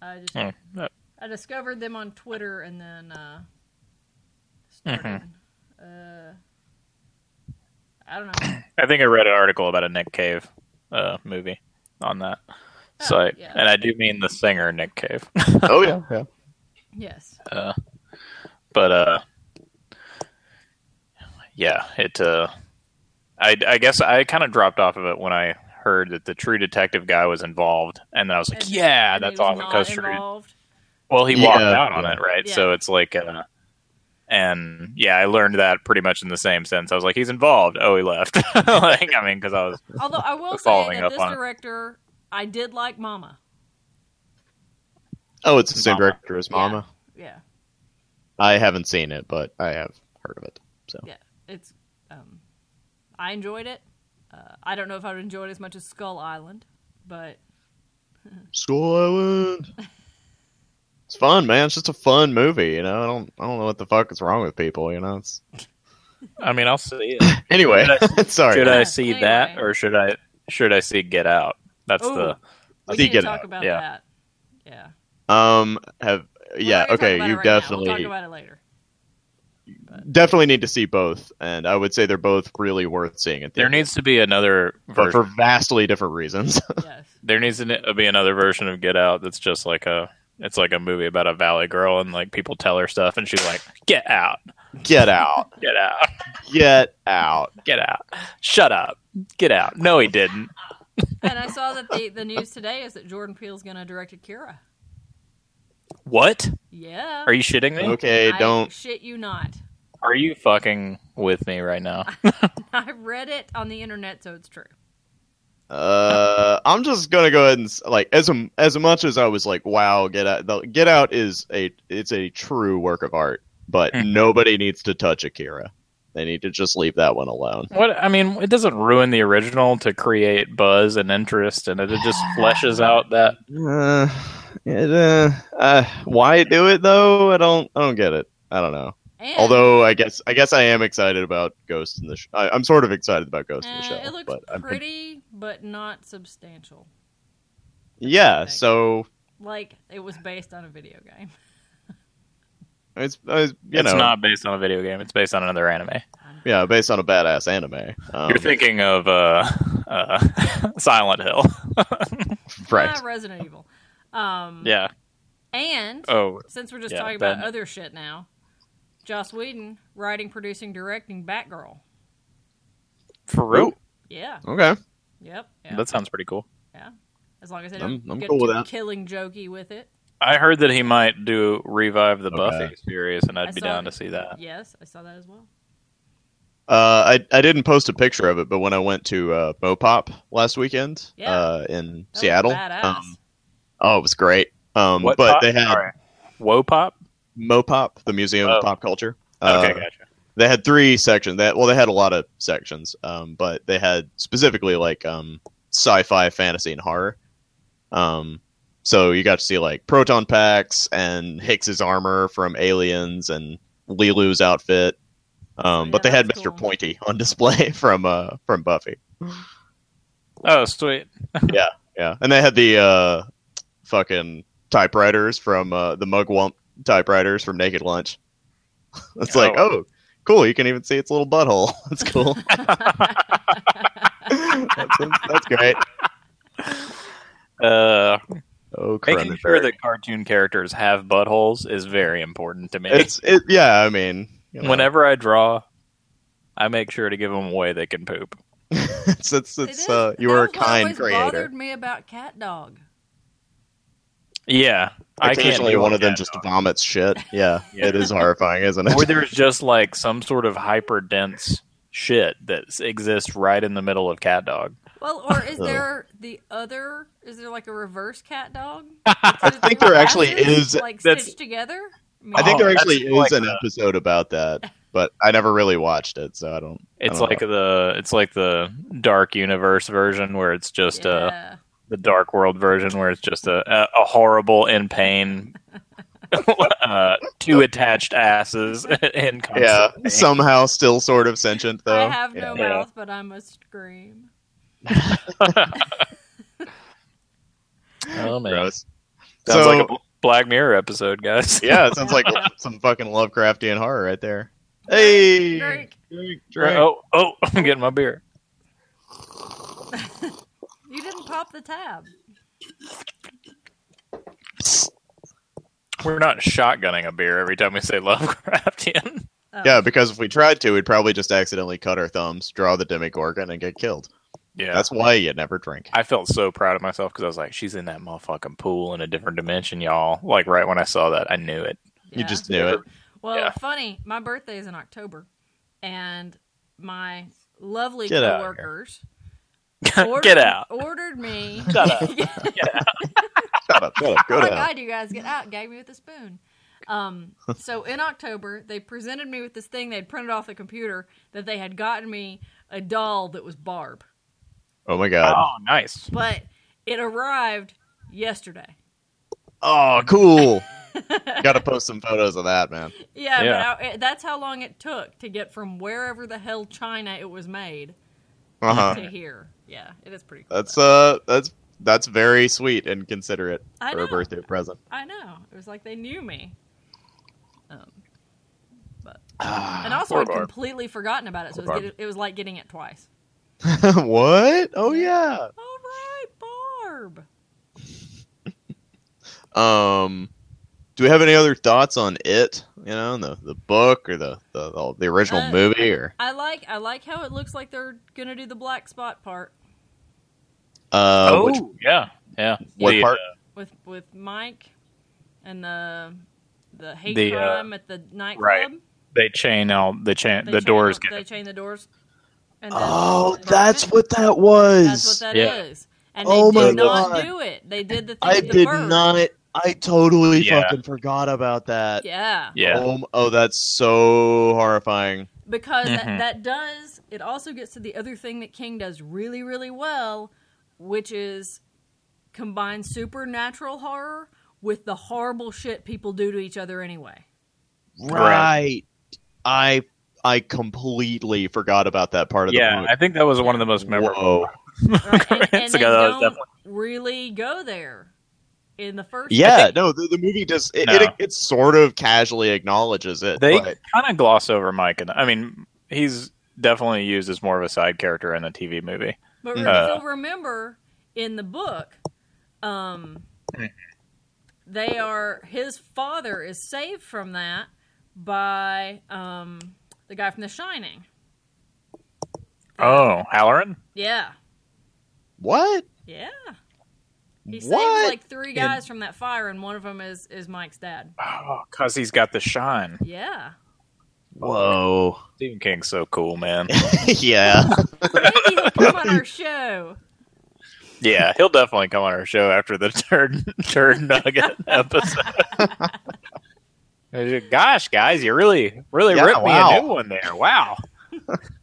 [SPEAKER 2] I just
[SPEAKER 1] Hmm. Uh,
[SPEAKER 2] I discovered them on Twitter and then uh, started. Uh, I don't know.
[SPEAKER 1] I think I read an article about a Nick Cave uh, movie on that
[SPEAKER 2] Oh,
[SPEAKER 1] site,
[SPEAKER 2] yeah.
[SPEAKER 1] and I do mean the singer Nick Cave.
[SPEAKER 3] oh yeah, yeah.
[SPEAKER 2] (coughs) Yes.
[SPEAKER 1] Uh, but uh, yeah, it. Uh, I I guess I kind of dropped off of it when I heard that the True Detective guy was involved, and I was like,
[SPEAKER 2] And-
[SPEAKER 1] yeah,
[SPEAKER 2] And he
[SPEAKER 1] that's
[SPEAKER 2] was
[SPEAKER 1] awesome
[SPEAKER 2] not
[SPEAKER 1] because True
[SPEAKER 2] involved.
[SPEAKER 1] well, he
[SPEAKER 3] Yeah,
[SPEAKER 1] walked out on
[SPEAKER 3] yeah.
[SPEAKER 1] it, right?
[SPEAKER 2] Yeah.
[SPEAKER 1] So it's like, uh, and yeah, I learned that pretty much in the same sense. I was like, he's involved. Oh, he left. (laughs) like, I mean, because I was,
[SPEAKER 2] Although I will say
[SPEAKER 1] Following
[SPEAKER 2] that
[SPEAKER 1] up
[SPEAKER 2] this
[SPEAKER 1] on it.
[SPEAKER 2] director, I did like Mama.
[SPEAKER 3] (laughs) Oh, it's the same
[SPEAKER 1] Mama.
[SPEAKER 3] director as Mama.
[SPEAKER 2] Yeah,
[SPEAKER 3] I haven't seen it, but I have heard of it. So
[SPEAKER 2] yeah. It's, um, I enjoyed it. Uh, I don't know if I would enjoy it as much as Skull Island, but
[SPEAKER 3] School
[SPEAKER 1] (laughs)
[SPEAKER 3] Island. It's fun, man. It's just a fun movie, you know. I don't, I don't know what the fuck is wrong with people, you know. It's...
[SPEAKER 1] I mean, I'll see it.
[SPEAKER 3] Anyway,
[SPEAKER 1] Should
[SPEAKER 3] (laughs) sorry.
[SPEAKER 1] Should
[SPEAKER 2] Yeah,
[SPEAKER 1] I see that,
[SPEAKER 2] anyway.
[SPEAKER 1] or should I, should I see Get Out? That's
[SPEAKER 2] Ooh,
[SPEAKER 1] the
[SPEAKER 2] we
[SPEAKER 3] see
[SPEAKER 2] need to
[SPEAKER 3] Get
[SPEAKER 2] talk
[SPEAKER 3] Out,
[SPEAKER 2] about
[SPEAKER 1] yeah.
[SPEAKER 2] that. Yeah.
[SPEAKER 3] Um, have yeah,
[SPEAKER 2] We're not gonna talk
[SPEAKER 3] okay.
[SPEAKER 2] about
[SPEAKER 3] You
[SPEAKER 2] it right now.
[SPEAKER 3] definitely
[SPEAKER 2] We'll talk about it later.
[SPEAKER 3] definitely need to see both, and I would say they're both really worth seeing. At the
[SPEAKER 1] there needs to be another
[SPEAKER 3] but
[SPEAKER 1] version.
[SPEAKER 3] for vastly different reasons. (laughs)
[SPEAKER 2] Yes.
[SPEAKER 1] there needs to be another version of Get Out that's just like a. It's like a movie about a valley girl, and like people tell her stuff, and she's like, "Get out,
[SPEAKER 3] Get out.
[SPEAKER 1] get out,
[SPEAKER 3] Get
[SPEAKER 2] (laughs)
[SPEAKER 3] out.
[SPEAKER 1] get out, shut up, get out." No, he didn't.
[SPEAKER 2] And I saw that the the news today is that Jordan Peele's going to direct Akira.
[SPEAKER 1] What?
[SPEAKER 2] Yeah.
[SPEAKER 1] Are you shitting me?
[SPEAKER 3] Okay,
[SPEAKER 2] I
[SPEAKER 3] don't.
[SPEAKER 2] shit you not. (laughs)
[SPEAKER 1] Are you fucking with me right now?
[SPEAKER 2] I read it on the internet, so it's true.
[SPEAKER 3] Uh, I'm just gonna go ahead and s- like as m- as much as I was like, wow, Get Out. The, Get Out is a it's a true work of art, but
[SPEAKER 1] Hmm.
[SPEAKER 3] nobody needs to touch Akira. They need to just leave that one alone.
[SPEAKER 1] What I mean, it doesn't ruin the original to create buzz and interest, and it, it just fleshes out that.
[SPEAKER 3] Uh, it, uh, uh, why do it though? I don't. I don't get it. I don't know.
[SPEAKER 2] And,
[SPEAKER 3] Although I guess I guess I am excited about Ghost in the. Sh- I, I'm sort of excited about Ghost in
[SPEAKER 2] uh,
[SPEAKER 3] the Shell.
[SPEAKER 2] it looks
[SPEAKER 3] but I'm-
[SPEAKER 2] pretty, but not substantial.
[SPEAKER 3] yeah, so
[SPEAKER 2] Like it was based on a video game.
[SPEAKER 3] it's, it's you
[SPEAKER 1] it's
[SPEAKER 3] know
[SPEAKER 1] not based on a video game; it's based on another anime.
[SPEAKER 3] yeah based on a badass anime. Um,
[SPEAKER 1] You're thinking of uh, uh, (laughs) Silent Hill,
[SPEAKER 3] (laughs) right?
[SPEAKER 2] Ah, Resident Evil. Um,
[SPEAKER 1] yeah.
[SPEAKER 2] And
[SPEAKER 1] Oh,
[SPEAKER 2] since we're just
[SPEAKER 1] yeah,
[SPEAKER 2] talking
[SPEAKER 1] then-
[SPEAKER 2] about other shit now, Joss Whedon writing, producing, directing Batgirl.
[SPEAKER 1] for real?
[SPEAKER 2] Yeah.
[SPEAKER 3] Okay.
[SPEAKER 2] Yep. Yeah.
[SPEAKER 1] That sounds pretty cool.
[SPEAKER 2] as long as they
[SPEAKER 3] I'm-
[SPEAKER 2] don't
[SPEAKER 3] I'm
[SPEAKER 2] get
[SPEAKER 3] cool with
[SPEAKER 2] too
[SPEAKER 3] that.
[SPEAKER 2] killing jokey with it.
[SPEAKER 1] I heard that he might do revive the
[SPEAKER 3] Okay.
[SPEAKER 1] Buffy series, and I'd
[SPEAKER 2] I
[SPEAKER 1] be
[SPEAKER 2] saw
[SPEAKER 1] down
[SPEAKER 2] that.
[SPEAKER 1] to see that.
[SPEAKER 2] Yes, I saw that as well.
[SPEAKER 3] Uh, I I didn't post a picture of it, but when I went to uh, Mopop last weekend
[SPEAKER 2] Yeah.
[SPEAKER 3] uh, in
[SPEAKER 2] That was
[SPEAKER 3] Seattle,
[SPEAKER 2] badass.
[SPEAKER 3] um, oh, it was great. Um,
[SPEAKER 1] What
[SPEAKER 3] but
[SPEAKER 1] pop?
[SPEAKER 3] they had
[SPEAKER 1] Sorry. Wopop.
[SPEAKER 3] Mopop, the Museum
[SPEAKER 1] Oh.
[SPEAKER 3] of Pop Culture. Uh,
[SPEAKER 1] Okay, gotcha.
[SPEAKER 3] they had three sections that well they had a lot of sections um, but they had specifically like um, sci-fi fantasy and horror um, so you got to see like proton packs and hicks's armor from aliens and lilu's outfit um,
[SPEAKER 2] Oh, Yeah,
[SPEAKER 3] but they had
[SPEAKER 2] that's
[SPEAKER 3] mr
[SPEAKER 2] cool.
[SPEAKER 3] pointy on (laughs) display from uh, from buffy
[SPEAKER 1] Oh, sweet.
[SPEAKER 3] yeah and they had the uh, fucking typewriters from uh, the mugwump typewriters from naked lunch (laughs) it's like oh cool you can even see its little butthole (laughs)
[SPEAKER 1] (laughs)
[SPEAKER 3] that's cool that's, that's great.
[SPEAKER 1] Uh,
[SPEAKER 3] Oh,
[SPEAKER 1] making sure that cartoon characters have buttholes is very important to me.
[SPEAKER 3] it's it. Yeah, I mean, you
[SPEAKER 1] (laughs)
[SPEAKER 3] know,
[SPEAKER 1] Whenever I draw, I make sure to give them away they can poop.
[SPEAKER 3] (laughs) it's it's,
[SPEAKER 2] It is-
[SPEAKER 3] it's uh, you are a
[SPEAKER 2] that was what
[SPEAKER 3] kind
[SPEAKER 2] always
[SPEAKER 3] creator.
[SPEAKER 2] bothered me about Cat Dog.
[SPEAKER 1] Yeah, I can't
[SPEAKER 3] Occasionally,
[SPEAKER 1] do
[SPEAKER 3] one
[SPEAKER 1] it
[SPEAKER 3] of them
[SPEAKER 1] yet.
[SPEAKER 3] just vomits shit. Yeah,
[SPEAKER 1] Yeah.
[SPEAKER 3] it is (laughs) horrifying, isn't it?
[SPEAKER 1] or there's just like some sort of hyper dense shit that s- exists right in the middle of cat dog.
[SPEAKER 2] Well, or is
[SPEAKER 3] (laughs) Oh.
[SPEAKER 2] there the other? Is there like a reverse Cat Dog?
[SPEAKER 3] (laughs) I think there actually is.
[SPEAKER 2] like
[SPEAKER 1] that's-
[SPEAKER 2] stitched together. I, mean,
[SPEAKER 3] I think
[SPEAKER 1] Oh,
[SPEAKER 3] there
[SPEAKER 1] that's
[SPEAKER 3] actually is
[SPEAKER 1] like
[SPEAKER 3] an
[SPEAKER 1] the-
[SPEAKER 3] episode about that, but I never really watched it, so I don't.
[SPEAKER 1] It's
[SPEAKER 3] I don't
[SPEAKER 1] like the it's like the dark universe version where it's just uh
[SPEAKER 2] yeah.
[SPEAKER 1] the dark world version where it's just a a, a horrible in pain (laughs) uh, two attached asses (laughs) in
[SPEAKER 3] know. yeah,
[SPEAKER 1] constant pain.
[SPEAKER 3] (laughs) somehow still sort of sentient though.
[SPEAKER 2] I have no
[SPEAKER 3] Yeah.
[SPEAKER 1] Yeah.
[SPEAKER 2] mouth, but I must scream.
[SPEAKER 1] Oh, man.
[SPEAKER 3] Gross.
[SPEAKER 1] Sounds
[SPEAKER 3] So-
[SPEAKER 1] like a Bl- Black Mirror episode, guys. (laughs)
[SPEAKER 3] Yeah, it
[SPEAKER 2] (laughs)
[SPEAKER 3] sounds like some fucking Lovecraftian horror right there. Oh.
[SPEAKER 2] Drink,
[SPEAKER 3] Hey,
[SPEAKER 2] drink.
[SPEAKER 1] (laughs)
[SPEAKER 3] drink, drink.
[SPEAKER 1] Oh, oh, I'm getting my beer.
[SPEAKER 2] You didn't pop the tab.
[SPEAKER 1] We're not shotgunning a beer every time we say (laughs) Lovecraftian.
[SPEAKER 2] Oh.
[SPEAKER 3] Yeah, because if we tried to, we'd probably just accidentally cut our thumbs, draw the Demogorgon, and get killed.
[SPEAKER 1] Yeah.
[SPEAKER 3] That's why you never drink.
[SPEAKER 1] I felt so proud of myself because I was like, she's in that motherfucking pool in a different dimension, y'all. Like, right when I saw that, I knew it.
[SPEAKER 3] You
[SPEAKER 2] Yeah.
[SPEAKER 3] just knew it.
[SPEAKER 2] Well,
[SPEAKER 1] Yeah.
[SPEAKER 2] funny. My birthday is in October, and my lovely
[SPEAKER 3] Get out of (laughs)
[SPEAKER 2] coworkers
[SPEAKER 1] Get out.
[SPEAKER 2] ordered me.
[SPEAKER 1] Shut up.
[SPEAKER 3] Shut up, shut up, go
[SPEAKER 2] oh my
[SPEAKER 3] down.
[SPEAKER 2] god, you guys get out! Gave me with a spoon. Um, so in October, they presented me with this thing they'd printed off the computer that they had gotten me a doll that was Barb,
[SPEAKER 3] Oh my god.
[SPEAKER 2] (laughs)
[SPEAKER 1] Oh, nice.
[SPEAKER 2] but it arrived yesterday.
[SPEAKER 3] Oh, cool. Gotta post some photos of
[SPEAKER 2] (laughs)
[SPEAKER 3] that, man.
[SPEAKER 2] Yeah,
[SPEAKER 1] Yeah.
[SPEAKER 2] but I, it- that's how long it took to get from wherever the hell China it was made
[SPEAKER 3] Uh huh.
[SPEAKER 2] to here. Yeah, it is pretty. Cool
[SPEAKER 3] That's uh, that's that's very sweet and considerate
[SPEAKER 2] I
[SPEAKER 3] for a
[SPEAKER 2] know.
[SPEAKER 3] birthday present.
[SPEAKER 2] I know. It was like they knew me. Um, but
[SPEAKER 3] Ah.
[SPEAKER 2] and also
[SPEAKER 1] poor
[SPEAKER 2] I'd
[SPEAKER 1] Barb.
[SPEAKER 2] completely forgotten about it, so it
[SPEAKER 1] Poor
[SPEAKER 2] was, get, it was like getting it twice.
[SPEAKER 3] (laughs) what? Oh yeah.
[SPEAKER 2] All right, Barb.
[SPEAKER 3] Um, do we have any other thoughts on it? You know, the the book or the the, the, the original
[SPEAKER 2] Uh,
[SPEAKER 3] movie or
[SPEAKER 2] I like I like how it looks like they're gonna do the black spot part
[SPEAKER 3] uh,
[SPEAKER 1] Oh,
[SPEAKER 3] which,
[SPEAKER 1] yeah. Yeah.
[SPEAKER 3] what
[SPEAKER 1] The, uh,
[SPEAKER 3] part?
[SPEAKER 2] with with Mike and the the hate
[SPEAKER 1] The, uh,
[SPEAKER 2] crime at the nightclub.
[SPEAKER 1] right. They chain out, they chain,
[SPEAKER 2] They
[SPEAKER 1] the
[SPEAKER 2] chain
[SPEAKER 1] doors.
[SPEAKER 2] up-
[SPEAKER 1] Get,
[SPEAKER 2] They chain the doors. And then-
[SPEAKER 3] Oh, that's what that was.
[SPEAKER 2] That's what that is.
[SPEAKER 1] Yeah.
[SPEAKER 2] And
[SPEAKER 3] Oh
[SPEAKER 2] they
[SPEAKER 3] my
[SPEAKER 2] did not
[SPEAKER 3] God.
[SPEAKER 2] do it. They did the thing.
[SPEAKER 3] I
[SPEAKER 2] with the
[SPEAKER 3] did
[SPEAKER 2] bird.
[SPEAKER 3] not. I totally
[SPEAKER 1] Yeah.
[SPEAKER 3] fucking forgot about that.
[SPEAKER 2] Yeah.
[SPEAKER 1] yeah.
[SPEAKER 3] Oh, m- oh, that's so horrifying.
[SPEAKER 2] because that,
[SPEAKER 1] Mhm.
[SPEAKER 2] that does it also gets to the other thing that king does really really well which is combine supernatural horror with the horrible shit people do to each other anyway
[SPEAKER 1] Right.
[SPEAKER 3] I I completely forgot about that part of the
[SPEAKER 1] Yeah.
[SPEAKER 3] movie.
[SPEAKER 1] I think that was one of the most memorable.
[SPEAKER 3] Whoa.
[SPEAKER 2] right? and, and
[SPEAKER 1] It's
[SPEAKER 2] they
[SPEAKER 1] like, uh,
[SPEAKER 2] don't
[SPEAKER 1] definitely.
[SPEAKER 2] really go there in the first
[SPEAKER 3] Yeah,
[SPEAKER 1] think-
[SPEAKER 3] no, the, the movie just it,
[SPEAKER 1] No.
[SPEAKER 3] it it sort of casually acknowledges it.
[SPEAKER 1] They
[SPEAKER 3] but-
[SPEAKER 1] kind of gloss over Mike. And I mean, he's definitely used as more of a side character in the TV movie.
[SPEAKER 2] But
[SPEAKER 3] Mm.
[SPEAKER 2] if
[SPEAKER 1] Uh.
[SPEAKER 2] you'll remember in the book, um, they are his father is saved from that by um, the guy from The Shining.
[SPEAKER 1] Oh, Halloran?
[SPEAKER 2] Yeah,
[SPEAKER 3] what?
[SPEAKER 2] yeah. He saves
[SPEAKER 3] What?
[SPEAKER 2] like three guys from that fire, and one of them is is Mike's dad.
[SPEAKER 1] Oh, because he's got the shine.
[SPEAKER 2] Yeah,
[SPEAKER 3] Whoa.
[SPEAKER 1] Stephen King's so cool, man.
[SPEAKER 3] (laughs)
[SPEAKER 1] (laughs)
[SPEAKER 3] yeah.
[SPEAKER 2] maybe he'll come on our show.
[SPEAKER 1] Yeah, he'll definitely come on our show after the (laughs) turd turd nugget episode.
[SPEAKER 3] (laughs)
[SPEAKER 1] Gosh, guys, you really really
[SPEAKER 3] Yeah,
[SPEAKER 1] ripped me
[SPEAKER 3] wow.
[SPEAKER 1] a new one there.
[SPEAKER 3] (laughs)
[SPEAKER 1] Wow.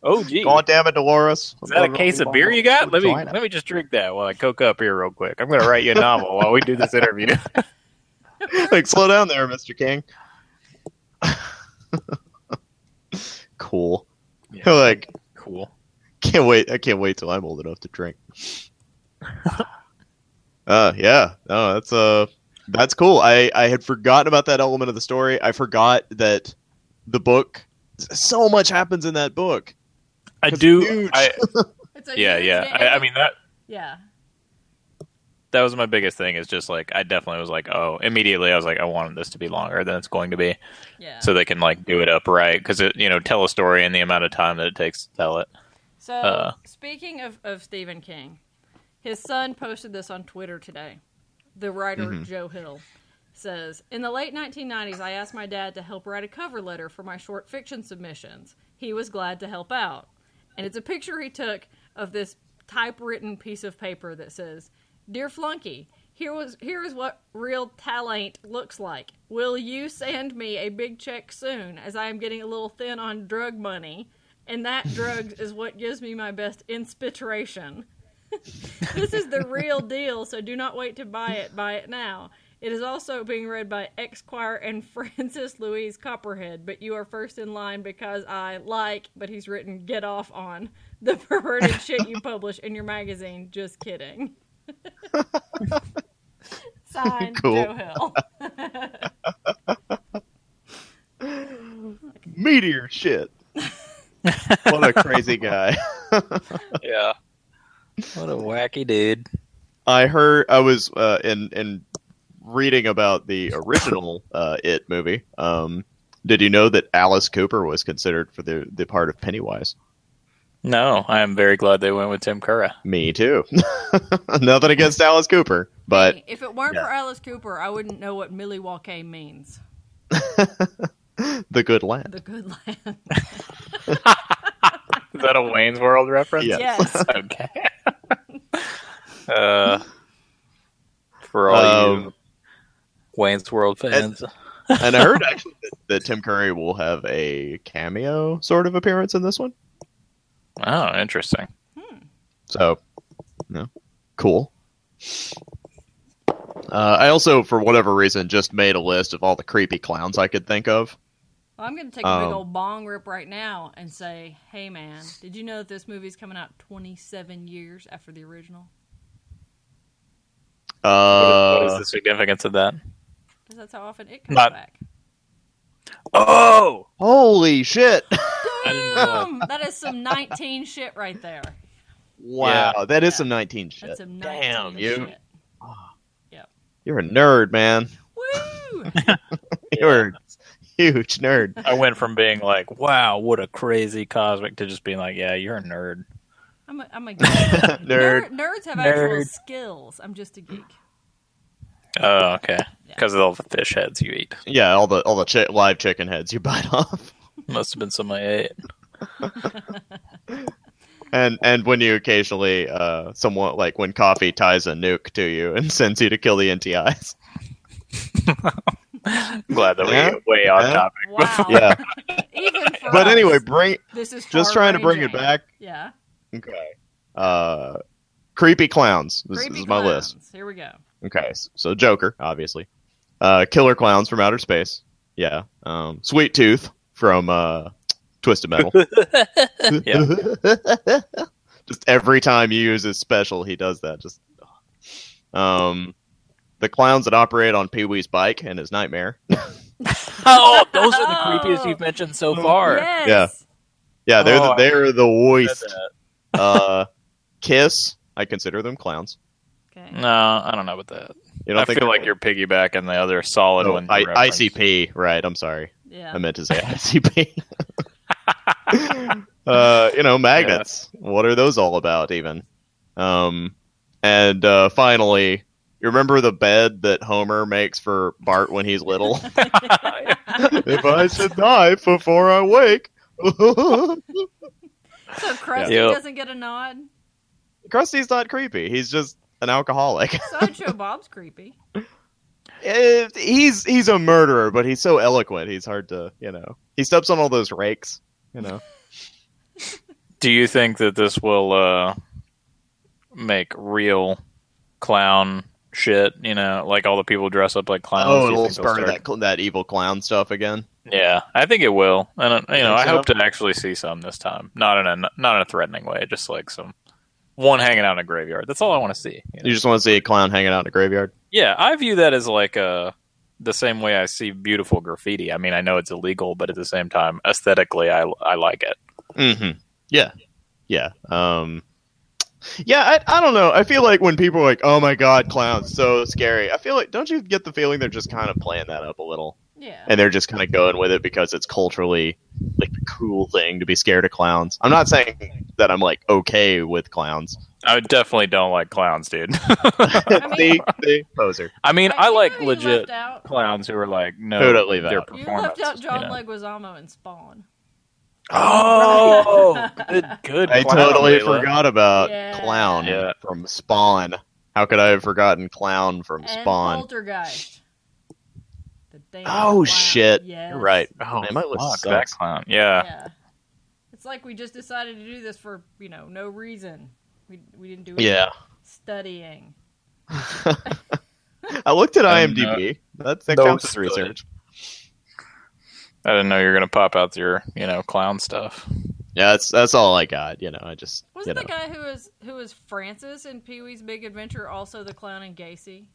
[SPEAKER 1] Oh gee.
[SPEAKER 3] God damn it, Dolores.
[SPEAKER 1] Is that a case of beer you got? Let me let me just drink that while I coke up here real quick. I'm gonna write you a novel while we do this (laughs) interview.
[SPEAKER 3] like, slow down there, Mr. King. (laughs) cool.
[SPEAKER 1] Yeah.
[SPEAKER 3] Like,
[SPEAKER 1] Cool.
[SPEAKER 3] can't wait. I can't wait till I'm old enough to drink. (laughs) uh, yeah. No, that's uh, that's cool. I I had forgotten about that element of the story. I forgot that the book. So much happens in that book.
[SPEAKER 1] I
[SPEAKER 3] That's
[SPEAKER 1] do
[SPEAKER 3] huge.
[SPEAKER 1] I,
[SPEAKER 2] It's a
[SPEAKER 1] yeah,
[SPEAKER 2] huge
[SPEAKER 1] yeah.
[SPEAKER 2] game.
[SPEAKER 1] I, I mean that
[SPEAKER 2] yeah.
[SPEAKER 1] that was my biggest thing is just like I definitely was like, oh immediately I was like, I wanted this to be longer than it's going to be.
[SPEAKER 2] Yeah.
[SPEAKER 1] So they can like do it upright because it you know, tell a story and the amount of time that it takes to tell it.
[SPEAKER 2] So,
[SPEAKER 1] Uh.
[SPEAKER 2] speaking of, of Stephen King, his son posted this on Twitter today. The writer Joe Hill says In the late 1990s, I asked my dad to help write a cover letter for my short fiction submissions. He was glad to help out. And it's a picture he took of this typewritten piece of paper that says, Dear Flunky, here was here is what real talent looks like. Will you send me a big check soon as I am getting a little thin on drug money? And that drugs is what gives me my best inspiration. this is the real deal, so do not wait to buy it. Buy it now. It is also being read by ex choir and (laughs) Francis Louise Copperhead, but you are first in line because I like, but he's written get off on (laughs) the perverted shit you publish in your magazine. Just kidding. (laughs) Signed,
[SPEAKER 3] Cool.
[SPEAKER 2] Joe Hill.
[SPEAKER 3] Meteor shit. what a crazy guy.
[SPEAKER 1] Yeah.
[SPEAKER 4] What a wacky dude.
[SPEAKER 3] (laughs) I heard I was uh, in in reading about the original uh, It movie. Um, did you know that Alice Cooper was considered for the the part of Pennywise?
[SPEAKER 4] No, I am very glad they went with Tim Curry.
[SPEAKER 3] Me too. (laughs) Nothing against Alice Cooper, (laughs) but
[SPEAKER 2] Hey, if it weren't
[SPEAKER 3] yeah.
[SPEAKER 2] for Alice Cooper, I wouldn't know what Milwaukee means.
[SPEAKER 3] the good land.
[SPEAKER 2] The good (laughs) land.
[SPEAKER 1] Is that a Wayne's World reference?
[SPEAKER 3] Yeah.
[SPEAKER 2] Yes.
[SPEAKER 1] Okay. (laughs) uh, for all you
[SPEAKER 3] Um,
[SPEAKER 4] Wayne's World fans.
[SPEAKER 3] and I heard actually that, that Tim Curry will have a cameo sort of appearance in this one.
[SPEAKER 1] Oh, interesting.
[SPEAKER 3] So, no, cool. Uh, I also, for whatever reason, just made a list of all the creepy clowns I could think of.
[SPEAKER 2] Well, I'm going to take a big
[SPEAKER 3] Um,
[SPEAKER 2] old bong rip right now and say, hey, man, did you know that this movie's coming out 27 years after the original?
[SPEAKER 3] Uh,
[SPEAKER 1] what is the significance of that?
[SPEAKER 2] Because that's how often it comes
[SPEAKER 1] Not-
[SPEAKER 2] back.
[SPEAKER 1] Oh,
[SPEAKER 3] Holy shit! (laughs)
[SPEAKER 1] I didn't realize.
[SPEAKER 2] Boom! that is some 19 shit right there.
[SPEAKER 3] Wow, that is
[SPEAKER 2] Yeah.
[SPEAKER 3] some 19 shit.
[SPEAKER 2] That's some 19
[SPEAKER 3] Damn, you
[SPEAKER 2] shit.
[SPEAKER 3] you're a nerd, man.
[SPEAKER 2] Woo!
[SPEAKER 3] You're a huge nerd.
[SPEAKER 1] (laughs)
[SPEAKER 3] (laughs)
[SPEAKER 1] I went from being like, "Wow, what a crazy cosmic," to just being like, "Yeah, you're a nerd."
[SPEAKER 2] I'm a, I'm a geek.
[SPEAKER 3] Nerd.
[SPEAKER 2] Nerds have actual
[SPEAKER 4] Nerd.
[SPEAKER 2] skills. I'm just a geek.
[SPEAKER 1] Oh, okay.
[SPEAKER 2] Yeah.
[SPEAKER 1] Because of all the fish heads you eat.
[SPEAKER 3] Yeah, all the all the chi- live chicken heads you (laughs) bite off,
[SPEAKER 4] Must have been somebody ate.
[SPEAKER 3] and and when you occasionally, uh, someone like when coffee ties a nuke to you (laughs) and sends you to kill the NTIs.
[SPEAKER 1] Glad that we
[SPEAKER 3] Yeah.
[SPEAKER 1] get way off
[SPEAKER 3] Yeah.
[SPEAKER 1] topic.
[SPEAKER 2] Wow.
[SPEAKER 3] Yeah,
[SPEAKER 2] Even for
[SPEAKER 3] (laughs) but
[SPEAKER 2] us,
[SPEAKER 3] anyway, bring
[SPEAKER 2] this is
[SPEAKER 3] just trying to bring it
[SPEAKER 2] far-ranging.
[SPEAKER 3] back.
[SPEAKER 2] Yeah.
[SPEAKER 3] Okay. Uh, creepy clowns. This,
[SPEAKER 2] Creepy
[SPEAKER 3] this is my
[SPEAKER 2] clowns.
[SPEAKER 3] list.
[SPEAKER 2] Here we go.
[SPEAKER 3] Okay, s- so Joker, obviously. Uh, Killer clowns from outer space. Yeah. Um, Sweet Tooth from uh,
[SPEAKER 1] (laughs)
[SPEAKER 3] Twisted Metal. (laughs) just every time you use his special, he does that. Just. Um, the clowns that operate on Pee Wee's bike and his nightmare. (laughs)
[SPEAKER 4] Oh, those are the creepiest you've mentioned
[SPEAKER 3] Oh,
[SPEAKER 4] so far.
[SPEAKER 2] Yes.
[SPEAKER 3] Yeah,
[SPEAKER 1] Oh,
[SPEAKER 3] they're the,
[SPEAKER 1] I
[SPEAKER 3] they're the worst.
[SPEAKER 1] That-
[SPEAKER 3] Uh, Kiss. I consider them clowns.
[SPEAKER 2] Okay.
[SPEAKER 4] No, I don't know about that.
[SPEAKER 3] You don't
[SPEAKER 1] I
[SPEAKER 3] think
[SPEAKER 1] feel like you're piggybacking the other solid
[SPEAKER 3] Oh,
[SPEAKER 1] one. you
[SPEAKER 3] I,
[SPEAKER 1] referenced.
[SPEAKER 3] ICP, right? I'm sorry.
[SPEAKER 2] Yeah. (laughs)
[SPEAKER 3] I (laughs) meant to say ICP. (laughs) uh, you know, magnets. What are those all about, even? Um, and uh, finally, you remember the bed that Homer makes for Bart when he's (laughs) little? if I should die before I wake. (laughs)
[SPEAKER 2] So Krusty
[SPEAKER 4] Yeah.
[SPEAKER 2] doesn't get a nod.
[SPEAKER 3] Krusty's not creepy. He's just an alcoholic.
[SPEAKER 2] Sideshow Bob's creepy.
[SPEAKER 3] Eh, he's he's a murderer, but he's so eloquent. He's hard to, you know. He steps on all those rakes, you know.
[SPEAKER 1] Do you think that this will uh, make real clown shit? You know, like all the people dress up like clowns.
[SPEAKER 3] Oh,
[SPEAKER 1] do you
[SPEAKER 3] it'll
[SPEAKER 1] think they'll
[SPEAKER 3] spur
[SPEAKER 1] start-
[SPEAKER 3] that cl- that evil clown stuff again.
[SPEAKER 1] Yeah, I think it will, and uh, you
[SPEAKER 3] You
[SPEAKER 1] know,
[SPEAKER 3] think
[SPEAKER 1] I
[SPEAKER 3] so?
[SPEAKER 1] hope to actually see some this time. Not in a not in a threatening way, just like some one hanging out in a graveyard. That's all I want to see. you know?
[SPEAKER 3] You just want to see a clown hanging out in a graveyard.
[SPEAKER 1] Yeah, I view that as like uh the same way I see beautiful graffiti. I mean, I know it's illegal, but at the same time, aesthetically, I I like it.
[SPEAKER 3] Mm-hmm. Yeah, yeah, um, yeah. I, I don't know. I feel like when people are like, "Oh my god, clowns, so scary," I feel like don't you get the feeling they're just kind of playing that up a little,
[SPEAKER 2] Yeah.
[SPEAKER 3] and they're just kind of going with it because it's culturally like the cool thing to be scared of clowns. I'm not saying that I'm like okay
[SPEAKER 2] (laughs)
[SPEAKER 3] with clowns. (laughs)
[SPEAKER 1] I definitely don't like clowns, dude. (laughs)
[SPEAKER 2] I mean-
[SPEAKER 3] See, see, poser.
[SPEAKER 1] I mean,
[SPEAKER 2] Hey,
[SPEAKER 1] I
[SPEAKER 2] you know
[SPEAKER 1] like
[SPEAKER 2] who you
[SPEAKER 1] legit
[SPEAKER 2] left out?
[SPEAKER 1] clowns who are like no,
[SPEAKER 3] Who don't leave
[SPEAKER 1] their
[SPEAKER 3] out?
[SPEAKER 2] You left
[SPEAKER 1] performance.
[SPEAKER 2] out John
[SPEAKER 1] you know?
[SPEAKER 2] Leguizamo and Spawn.
[SPEAKER 1] Oh, good, good.
[SPEAKER 3] I
[SPEAKER 1] clown,
[SPEAKER 3] totally
[SPEAKER 1] Layla.
[SPEAKER 3] forgot about
[SPEAKER 2] Yeah.
[SPEAKER 3] clown
[SPEAKER 1] Yeah.
[SPEAKER 3] from Spawn. How could I have forgotten clown from
[SPEAKER 2] And
[SPEAKER 3] Spawn?
[SPEAKER 2] Poltergeist. The damn
[SPEAKER 3] Oh,
[SPEAKER 2] clown.
[SPEAKER 3] shit.
[SPEAKER 2] Yes.
[SPEAKER 3] You're right.
[SPEAKER 1] Oh,
[SPEAKER 3] Man, my list
[SPEAKER 1] fuck, that
[SPEAKER 3] sucks.
[SPEAKER 1] clown. Yeah.
[SPEAKER 2] Yeah. It's like we just decided to do this for, you know, no reason. We, we didn't do any
[SPEAKER 3] Yeah.
[SPEAKER 2] studying.
[SPEAKER 3] (laughs) I looked at
[SPEAKER 1] And,
[SPEAKER 3] IMDb. That's that
[SPEAKER 1] those
[SPEAKER 3] counts as
[SPEAKER 1] good.
[SPEAKER 3] research.
[SPEAKER 1] I didn't know you were gonna pop out your, you know, clown stuff.
[SPEAKER 3] Yeah, that's that's all I got. You know, I just you
[SPEAKER 2] Wasn't
[SPEAKER 3] know.
[SPEAKER 2] the guy who was who was Francis in Pee Wee's Big Adventure also the clown in Gacy?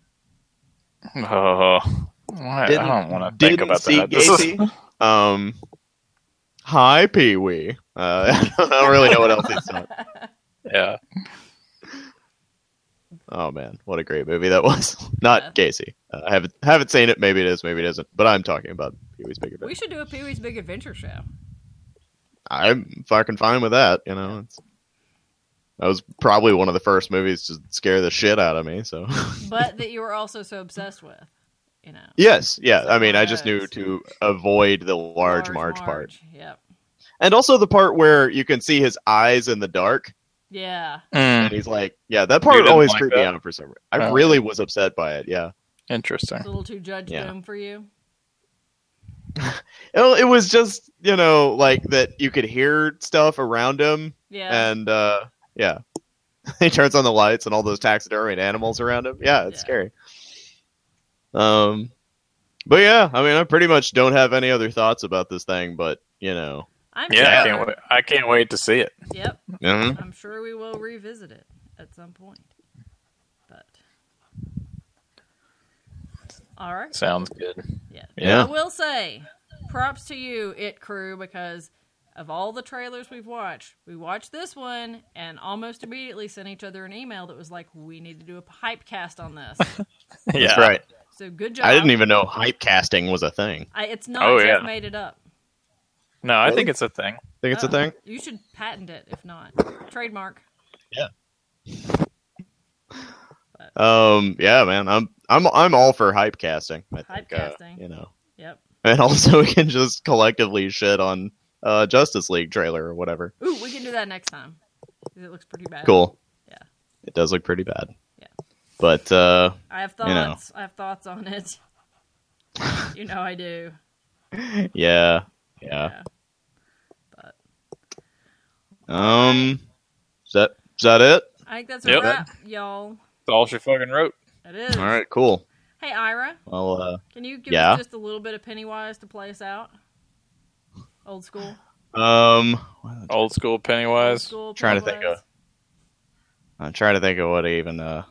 [SPEAKER 1] Oh, I, I
[SPEAKER 3] Didn't-
[SPEAKER 1] don't want to think
[SPEAKER 3] didn't
[SPEAKER 1] about
[SPEAKER 3] see
[SPEAKER 1] that. (laughs) This is-
[SPEAKER 3] Gacy. um,
[SPEAKER 2] (laughs)
[SPEAKER 3] hi (laughs) Pee Wee. Uh, I don't really know what else he's done.
[SPEAKER 1] yeah.
[SPEAKER 3] Oh man, what a great movie that was! (laughs) Not
[SPEAKER 2] Yeah.
[SPEAKER 3] Casey. Uh, I haven't haven't seen it. Maybe it is. Maybe it isn't. But I'm talking about Pee Wee's Big
[SPEAKER 2] We
[SPEAKER 3] Adventure.
[SPEAKER 2] should do a Pee Wee's Big Adventure show.
[SPEAKER 3] I'm fucking fine with that. You know, it's, that was probably one of the first movies to scare the shit out of me. So (laughs)
[SPEAKER 2] but that you were also so obsessed with. You know,
[SPEAKER 3] yes, yeah. I mean, I just knew
[SPEAKER 2] Yes.
[SPEAKER 3] to avoid the large, Marge, part,
[SPEAKER 2] Yep.
[SPEAKER 3] and also the part where you can see his eyes in the dark,
[SPEAKER 2] Yeah.
[SPEAKER 1] Mm,
[SPEAKER 3] and he's like, "Yeah, that part
[SPEAKER 1] Mm-hmm. didn't
[SPEAKER 3] always
[SPEAKER 1] like
[SPEAKER 3] creeped me
[SPEAKER 1] that?
[SPEAKER 3] out for some reason." I
[SPEAKER 1] Oh.
[SPEAKER 3] really was upset by it. Yeah.
[SPEAKER 4] Interesting.
[SPEAKER 2] It's a little too Judge
[SPEAKER 3] Yeah.
[SPEAKER 2] Doom for you.
[SPEAKER 3] Well, it was just you know like that you could hear stuff around him
[SPEAKER 2] Yeah.
[SPEAKER 3] and uh yeah (laughs) he turns on the lights and all those taxidermy and animals around him yeah it's
[SPEAKER 2] Yeah.
[SPEAKER 3] scary um but yeah i mean i pretty much don't have any other thoughts about this thing but you know
[SPEAKER 2] I'm
[SPEAKER 1] Yeah, I
[SPEAKER 2] sure-
[SPEAKER 1] can't wait. I can't wait to see it.
[SPEAKER 2] Yep.
[SPEAKER 1] Mm-hmm.
[SPEAKER 3] Mhm.
[SPEAKER 2] I'm sure we will revisit it at some point. But. All right.
[SPEAKER 4] Sounds good.
[SPEAKER 2] Yeah.
[SPEAKER 3] Yeah.
[SPEAKER 2] I will say, props to you, It Crew, because of all the trailers we've watched, we watched this one and almost immediately sent each other an email that was like, we need to do a hype cast on
[SPEAKER 3] (laughs)
[SPEAKER 2] this.
[SPEAKER 1] yeah,
[SPEAKER 3] that's right
[SPEAKER 2] So good job.
[SPEAKER 3] i didn't even know hype casting was a thing
[SPEAKER 2] I, it's not.
[SPEAKER 1] Oh,
[SPEAKER 2] Jeff
[SPEAKER 1] yeah.
[SPEAKER 2] made it up.
[SPEAKER 1] No, I
[SPEAKER 3] Really?
[SPEAKER 1] think it's a thing.
[SPEAKER 3] think it's a
[SPEAKER 2] Uh,
[SPEAKER 3] thing
[SPEAKER 2] You should patent it if
[SPEAKER 3] (laughs)
[SPEAKER 2] not. Trademark.
[SPEAKER 3] um yeah man i'm i'm i'm all for hype casting i think
[SPEAKER 2] Hype
[SPEAKER 3] uh,
[SPEAKER 2] casting.
[SPEAKER 3] you know
[SPEAKER 2] Yep.
[SPEAKER 3] and (laughs) also we can just collectively shit on uh justice league trailer or whatever
[SPEAKER 2] Ooh, we can do that next time. 'cause It looks pretty bad. Oh,
[SPEAKER 3] cool
[SPEAKER 2] Yeah.
[SPEAKER 3] it does look pretty bad
[SPEAKER 2] Yeah.
[SPEAKER 3] but uh
[SPEAKER 2] I have
[SPEAKER 3] You know.
[SPEAKER 2] thoughts. I have thoughts on
[SPEAKER 3] (laughs)
[SPEAKER 2] it. you know I do.
[SPEAKER 3] yeah yeah
[SPEAKER 2] Yeah. But
[SPEAKER 3] Um, is that is that it?
[SPEAKER 2] I think that's a
[SPEAKER 1] Yep.
[SPEAKER 2] wrap, y'all.
[SPEAKER 1] That's all she fucking wrote.
[SPEAKER 2] It is.
[SPEAKER 3] All right, cool.
[SPEAKER 2] Hey, Ira,
[SPEAKER 3] Well, uh,
[SPEAKER 2] can you give
[SPEAKER 3] Yeah?
[SPEAKER 2] us just a little bit of Pennywise to play us out? Old school.
[SPEAKER 3] um,
[SPEAKER 1] Old school
[SPEAKER 2] Old
[SPEAKER 1] Pennywise.
[SPEAKER 2] school
[SPEAKER 3] trying to think
[SPEAKER 2] Pennywise.
[SPEAKER 3] of- I'm trying to think of what he even uh,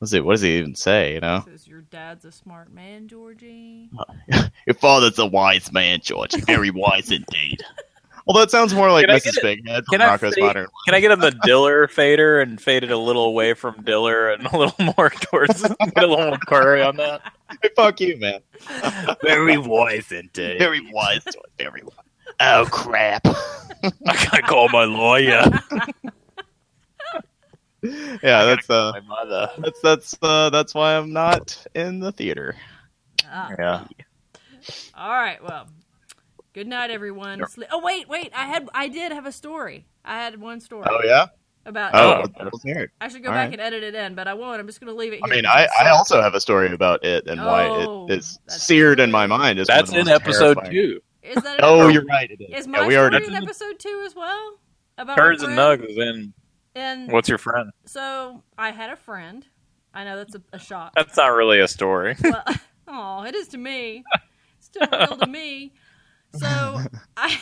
[SPEAKER 3] let's see, what does he even say? You know,
[SPEAKER 2] Says your dad's a smart man, Georgie.
[SPEAKER 3] your father's a wise man, George, very wise indeed. Although it sounds more like
[SPEAKER 1] Can I
[SPEAKER 3] Mrs.
[SPEAKER 1] get
[SPEAKER 3] Bighead from
[SPEAKER 1] can I
[SPEAKER 3] Rocco's
[SPEAKER 1] fade-
[SPEAKER 3] Modern.
[SPEAKER 1] Can I get him the Diller fader and fade it a little away from Diller and a little (laughs) more towards get a little more curry on that?
[SPEAKER 3] Life. Fuck you, man.
[SPEAKER 1] Very wise indeed.
[SPEAKER 3] Very wise, George, very wise. Oh crap.
[SPEAKER 1] (laughs) I gotta call my lawyer.
[SPEAKER 3] (laughs) yeah, that's uh,
[SPEAKER 1] my mother.
[SPEAKER 3] that's that's uh, that's why I'm not in the theater.
[SPEAKER 2] Ah.
[SPEAKER 1] Yeah.
[SPEAKER 2] All right. Well, good night, everyone.
[SPEAKER 1] Yep.
[SPEAKER 2] Sli- oh wait, wait. I had I did have a story. I had one story
[SPEAKER 3] Oh yeah.
[SPEAKER 2] about.
[SPEAKER 3] Oh,
[SPEAKER 1] Oh.
[SPEAKER 3] let's hear it.
[SPEAKER 2] I should go
[SPEAKER 3] all
[SPEAKER 2] back and
[SPEAKER 3] right.
[SPEAKER 2] edit it in, but I won't. I'm just going to leave it.
[SPEAKER 3] I
[SPEAKER 2] here
[SPEAKER 3] mean, I,
[SPEAKER 2] because
[SPEAKER 3] I
[SPEAKER 2] it sucks.
[SPEAKER 3] also have a story about it and
[SPEAKER 2] Oh,
[SPEAKER 3] why it is
[SPEAKER 2] that's-
[SPEAKER 3] seared in my mind. as one of
[SPEAKER 4] That's
[SPEAKER 3] the
[SPEAKER 4] in
[SPEAKER 3] most
[SPEAKER 4] episode
[SPEAKER 3] terrifying-
[SPEAKER 4] two.
[SPEAKER 2] is that
[SPEAKER 3] Oh, you're right. It is.
[SPEAKER 2] is my
[SPEAKER 3] Yeah, we already.
[SPEAKER 2] story in episode two as well about my
[SPEAKER 1] Turds and
[SPEAKER 2] friend?
[SPEAKER 1] Nugs is in
[SPEAKER 2] And
[SPEAKER 1] What's Your Friend?
[SPEAKER 2] so I had a friend. I know that's a, a shock.
[SPEAKER 1] That's not really a story.
[SPEAKER 2] well, oh, it is to me. It's still real to me. So I,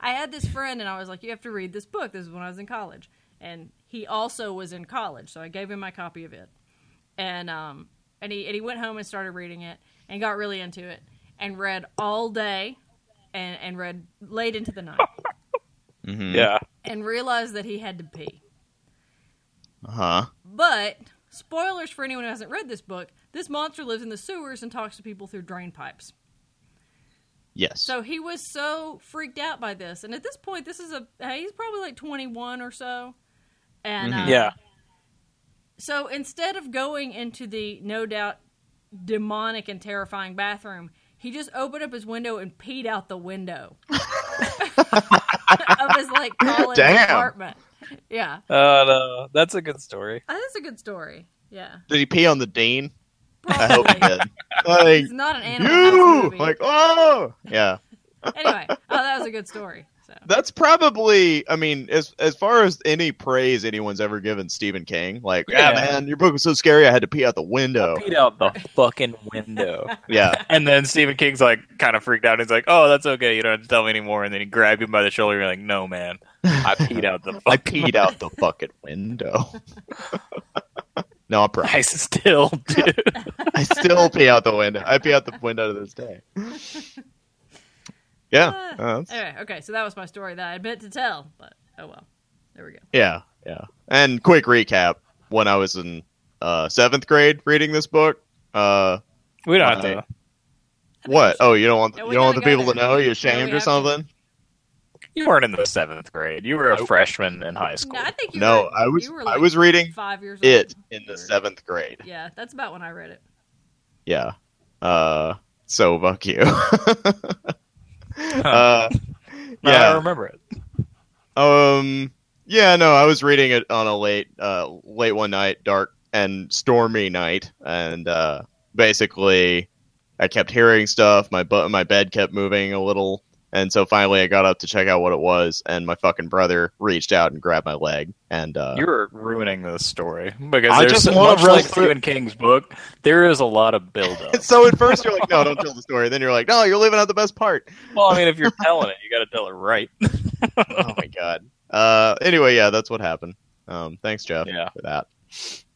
[SPEAKER 2] I had this friend, and I was like, "You have to read this book." This is when I was in college, and he also was in college, so I gave him my copy of it, and um, and he and he went home and started reading it, and got really into it, and read all day, and and read late into the night,
[SPEAKER 3] Mhm.
[SPEAKER 1] Yeah.
[SPEAKER 2] and realized that he had to pee.
[SPEAKER 3] Uh-huh.
[SPEAKER 2] But spoilers for anyone who hasn't read this book: this monster lives in the sewers and talks to people through drain pipes.
[SPEAKER 3] Yes.
[SPEAKER 2] So he was so freaked out by this, and at this point, this is a hey, he's probably like twenty one or so, and uh,
[SPEAKER 1] Yeah.
[SPEAKER 2] So instead of going into the no doubt demonic and terrifying bathroom, he just opened up his window and peed out the window (laughs) of his like college
[SPEAKER 3] Damn.
[SPEAKER 2] apartment. Yeah,
[SPEAKER 1] Uh, no, that's a good story.
[SPEAKER 2] Uh, that's a good story. Yeah,
[SPEAKER 3] did he pee on the dean? I
[SPEAKER 2] (laughs)
[SPEAKER 3] hope he
[SPEAKER 2] probably.
[SPEAKER 3] did. Like
[SPEAKER 2] It's not an animal. House
[SPEAKER 3] you,
[SPEAKER 2] movie.
[SPEAKER 3] like (laughs) oh, yeah.
[SPEAKER 2] anyway, oh, that was a good story. So
[SPEAKER 3] That's probably. I mean, as as far as any praise anyone's ever given Stephen King, like yeah,
[SPEAKER 1] Yeah.
[SPEAKER 3] man, your book was so scary, I had to pee out the window.
[SPEAKER 4] Beat out the fucking window.
[SPEAKER 3] Yeah,
[SPEAKER 1] And then Stephen King's like kind of freaked out. He's like, "Oh, that's okay. You don't have to tell me anymore." And then he grabbed him by the shoulder. You're like, "No, man, (laughs) I peed out the
[SPEAKER 3] I
[SPEAKER 1] fuck.
[SPEAKER 3] peed out the fucking window. (laughs) no, I'm proud.
[SPEAKER 1] I (laughs) still do."
[SPEAKER 3] I still pee out the window. I pee out the window to this (laughs) day. Yeah.
[SPEAKER 2] Ah.
[SPEAKER 3] uh, that's-
[SPEAKER 2] anyway, okay, so that was my story that I meant to tell, but oh well, there we go.
[SPEAKER 3] yeah. Yeah. And quick recap. when I was in uh, seventh grade reading this book. Uh,
[SPEAKER 1] We don't have
[SPEAKER 3] Uh,
[SPEAKER 1] to.
[SPEAKER 3] what? Oh, you don't want
[SPEAKER 2] No,
[SPEAKER 3] you
[SPEAKER 2] we
[SPEAKER 3] don't want the
[SPEAKER 2] gotta go
[SPEAKER 3] people to
[SPEAKER 2] there.
[SPEAKER 3] know
[SPEAKER 2] No,
[SPEAKER 3] you're
[SPEAKER 2] we
[SPEAKER 3] ashamed or
[SPEAKER 2] have to.
[SPEAKER 3] something?
[SPEAKER 1] You weren't in the seventh grade. You were a
[SPEAKER 3] Nope.
[SPEAKER 1] freshman in high school.
[SPEAKER 2] No, I think you
[SPEAKER 3] No,
[SPEAKER 2] were-
[SPEAKER 3] I was
[SPEAKER 2] you were
[SPEAKER 3] I
[SPEAKER 2] like
[SPEAKER 3] was reading
[SPEAKER 2] five years
[SPEAKER 3] it
[SPEAKER 2] old.
[SPEAKER 3] in the seventh grade.
[SPEAKER 2] Yeah, that's about when I read it.
[SPEAKER 3] Yeah. Uh, so fuck you. (laughs) uh,
[SPEAKER 1] No, I
[SPEAKER 3] yeah.
[SPEAKER 1] remember it.
[SPEAKER 3] Um. Yeah. No, I was reading it on a late, uh, late one night, dark and stormy night, and uh, basically, I kept hearing stuff. My bu- my bed kept moving a little, and so finally, I got up to check out what it was, and my fucking brother reached out and grabbed my leg, and uh,
[SPEAKER 1] You were ruining this story because
[SPEAKER 3] I
[SPEAKER 1] there's
[SPEAKER 3] just
[SPEAKER 1] so
[SPEAKER 3] wanna
[SPEAKER 1] much
[SPEAKER 3] roll
[SPEAKER 1] like
[SPEAKER 3] through-
[SPEAKER 1] Stephen King's book. There is a lot of buildup.
[SPEAKER 3] (laughs) so at first you're like, no, don't tell the story. Then you're like, no, you're leaving out the best part.
[SPEAKER 1] (laughs) well, I mean,
[SPEAKER 3] (laughs)
[SPEAKER 1] if you're telling it, you got to tell it right.
[SPEAKER 3] oh my god. Uh, anyway, yeah, that's what happened. Um, thanks, Jeff,
[SPEAKER 1] Yeah.
[SPEAKER 3] for that.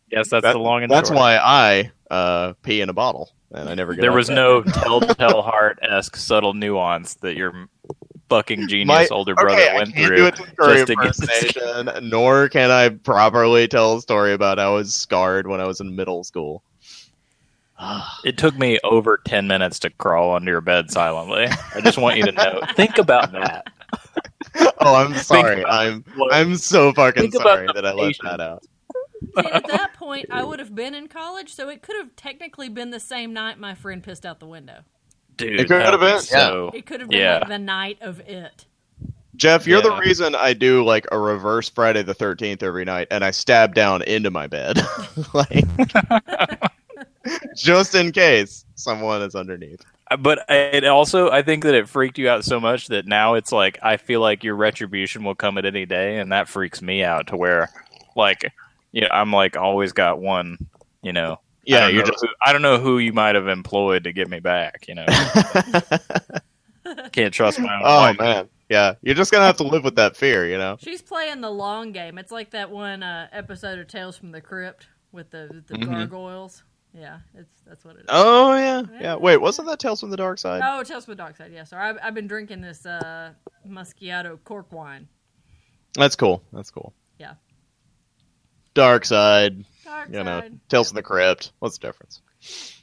[SPEAKER 1] Yes, that's
[SPEAKER 3] That-
[SPEAKER 1] the long and
[SPEAKER 3] That's
[SPEAKER 1] short.
[SPEAKER 3] why I uh, pee in a bottle, and I never get.
[SPEAKER 1] there
[SPEAKER 3] out
[SPEAKER 1] was
[SPEAKER 3] of
[SPEAKER 1] no
[SPEAKER 3] (laughs)
[SPEAKER 1] telltale heart esque subtle nuance that your fucking genius
[SPEAKER 3] My-
[SPEAKER 1] older
[SPEAKER 3] bed.
[SPEAKER 1] brother
[SPEAKER 3] okay, I
[SPEAKER 1] went
[SPEAKER 3] can't
[SPEAKER 1] through.
[SPEAKER 3] do a Tim Curry
[SPEAKER 1] just to get this-
[SPEAKER 3] impersonation, nor can I properly tell a story about how I was scarred when I was in middle school.
[SPEAKER 1] It took me over ten minutes to crawl under your bed silently. I just want you to
[SPEAKER 3] (laughs)
[SPEAKER 1] know. Think about that.
[SPEAKER 3] (laughs) oh, I'm sorry.
[SPEAKER 1] about
[SPEAKER 3] I'm
[SPEAKER 1] What-
[SPEAKER 3] I'm so fucking
[SPEAKER 1] Think about
[SPEAKER 3] sorry
[SPEAKER 1] the
[SPEAKER 3] that I left
[SPEAKER 1] patience.
[SPEAKER 3] that out.
[SPEAKER 2] And at that point, I would have been in college, so it could have technically been the same night my friend pissed out the window.
[SPEAKER 1] Dude,
[SPEAKER 3] It could
[SPEAKER 1] that
[SPEAKER 3] have
[SPEAKER 1] was
[SPEAKER 3] been,
[SPEAKER 1] So,
[SPEAKER 2] It could have been
[SPEAKER 1] Yeah.
[SPEAKER 2] like the night of it.
[SPEAKER 3] Jeff, you're the
[SPEAKER 1] Yeah.
[SPEAKER 3] reason I do like a reverse Friday the 13th every night and I stab down into my bed. (laughs)
[SPEAKER 1] (laughs)
[SPEAKER 3] like just in case someone is underneath.
[SPEAKER 1] uh, But it also, I think that it freaked you out so much that now it's like I feel like your retribution will come at any day, and that freaks me out to where, like, you know, I'm like always got one, you know. I
[SPEAKER 3] Yeah,
[SPEAKER 1] don't
[SPEAKER 3] you're
[SPEAKER 1] know
[SPEAKER 3] just
[SPEAKER 1] who- I don't know who you might have employed to get me back. You
[SPEAKER 2] (laughs)
[SPEAKER 1] know, can't trust my own.
[SPEAKER 3] Oh
[SPEAKER 1] wife.
[SPEAKER 3] man. Yeah, you're just going to have to live with that fear, you know.
[SPEAKER 2] She's playing the long game. It's like that one uh, episode of Tales from the Crypt with the with the
[SPEAKER 3] Mhm.
[SPEAKER 2] gargoyles. Yeah, it's that's what it is.
[SPEAKER 3] Oh yeah. Yeah. Wait, wasn't that Tales from the Dark Side?
[SPEAKER 2] Oh, Tales from the Dark Side. Yeah, sorry. I've, I've been drinking this uh, Moscato cork wine.
[SPEAKER 3] That's cool. That's cool.
[SPEAKER 2] Yeah.
[SPEAKER 3] Dark Side,
[SPEAKER 2] Dark
[SPEAKER 3] you know,
[SPEAKER 2] Side.
[SPEAKER 3] Tales from the Crypt. What's the difference?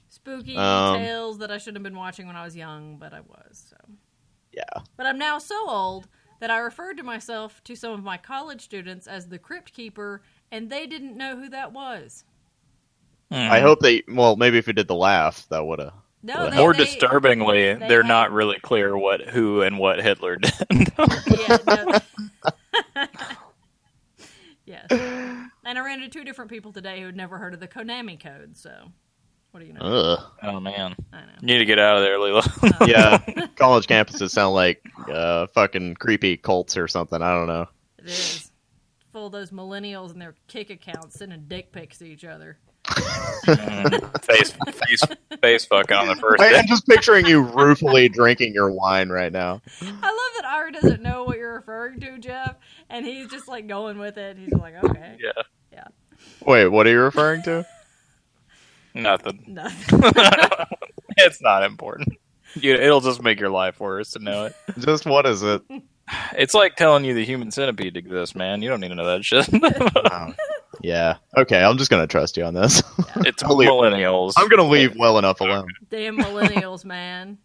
[SPEAKER 2] Spooky
[SPEAKER 3] Um,
[SPEAKER 2] tales that I should have been watching when I was young, but I was. So.
[SPEAKER 3] Yeah.
[SPEAKER 2] But I'm now so old that I referred to myself to some of my college students as the Crypt Keeper, and they didn't know who that was.
[SPEAKER 1] Mm.
[SPEAKER 3] I hope they well, maybe if you did the laugh, that would have
[SPEAKER 2] No, they,
[SPEAKER 1] More
[SPEAKER 2] they-
[SPEAKER 1] disturbingly,
[SPEAKER 2] they
[SPEAKER 1] they are
[SPEAKER 2] had-
[SPEAKER 1] not really clear what who and what Hitler (laughs) did.
[SPEAKER 2] (laughs) Yeah, no. (laughs) yes. And I ran into two different people today who had never heard of the Konami Code. So, what do you know?
[SPEAKER 3] Ugh.
[SPEAKER 1] oh man,
[SPEAKER 2] I know.
[SPEAKER 1] you need to get out of there, Lilo.
[SPEAKER 2] (laughs)
[SPEAKER 3] yeah, college campuses sound like uh, fucking creepy cults or something. I don't (laughs) know.
[SPEAKER 2] It is full of those millennials and their kick accounts sending dick pics to each other.
[SPEAKER 1] Mm. face face face fucking on the first
[SPEAKER 3] I,
[SPEAKER 1] day.
[SPEAKER 3] am just picturing you ruefully drinking your wine right now.
[SPEAKER 2] I love that Ira doesn't know what you're referring to, Jeff, and he's just like going with it. He's like, okay,
[SPEAKER 1] Yeah,
[SPEAKER 3] Wait, what are you referring to?
[SPEAKER 1] nothing. (laughs)
[SPEAKER 2] nothing. (laughs)
[SPEAKER 1] It's not important. You, it'll just make your life worse to know it.
[SPEAKER 3] Just what
[SPEAKER 2] (laughs)
[SPEAKER 3] is it?
[SPEAKER 1] It's like telling you the human centipede exists, man. You don't need to know that shit. (laughs)
[SPEAKER 3] Wow. yeah. Okay, I'm just gonna trust you on this.
[SPEAKER 1] it's
[SPEAKER 3] I'll leave-
[SPEAKER 1] millennials.
[SPEAKER 3] I'm gonna leave well enough alone.
[SPEAKER 2] Damn millennials, man,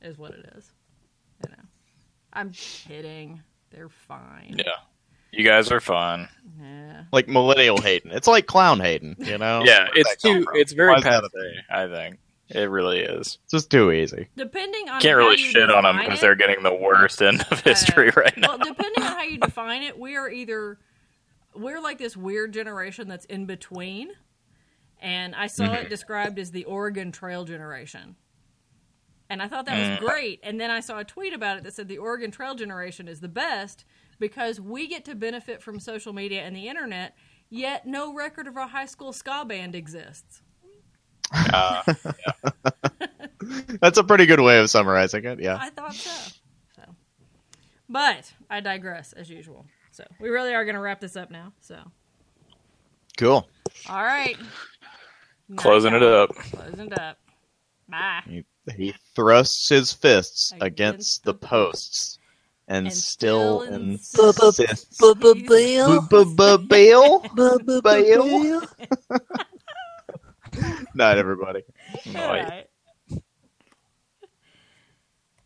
[SPEAKER 2] is what it is. You know, I'm kidding. They're fine.
[SPEAKER 1] Yeah, you guys are fun.
[SPEAKER 2] Yeah.
[SPEAKER 3] Like millennial hating. It's like clown hating. You know?
[SPEAKER 1] yeah,
[SPEAKER 3] Oh, Where'd
[SPEAKER 1] it's
[SPEAKER 3] that come
[SPEAKER 1] too.
[SPEAKER 3] from?
[SPEAKER 1] It's
[SPEAKER 3] Why
[SPEAKER 1] very
[SPEAKER 3] is that a
[SPEAKER 1] passe. I think it really is.
[SPEAKER 3] It's just too easy.
[SPEAKER 2] Depending on
[SPEAKER 1] Can't
[SPEAKER 2] Um, how
[SPEAKER 1] really
[SPEAKER 2] you
[SPEAKER 1] shit on them
[SPEAKER 2] define
[SPEAKER 1] because
[SPEAKER 2] it- Uh,
[SPEAKER 1] they're getting the worst end of history (laughs) right now.
[SPEAKER 2] (laughs) Well, depending on how you define it, we are either we're like this weird generation that's in between, and I saw it described as the Oregon Trail generation. And I thought that was great. And then I saw a tweet about it that said the Oregon Trail generation is the best because we get to benefit from social media and the internet, yet no record of our high school ska band exists.
[SPEAKER 1] Uh,
[SPEAKER 3] That's a pretty good way of summarizing it. Yeah.
[SPEAKER 2] I thought so. So, but I digress as usual. So we really are going to wrap this up now. So
[SPEAKER 3] Cool.
[SPEAKER 2] all right,
[SPEAKER 1] closing it up.
[SPEAKER 2] Closing it up. Bye.
[SPEAKER 3] He, he thrusts his fists
[SPEAKER 2] Against
[SPEAKER 3] against
[SPEAKER 2] the
[SPEAKER 3] the posts. and,
[SPEAKER 2] And
[SPEAKER 3] still
[SPEAKER 2] still
[SPEAKER 3] and
[SPEAKER 2] insists.
[SPEAKER 3] insists.
[SPEAKER 4] Bale.
[SPEAKER 3] Bale?
[SPEAKER 4] Bale.
[SPEAKER 3] Not everybody.
[SPEAKER 2] All right.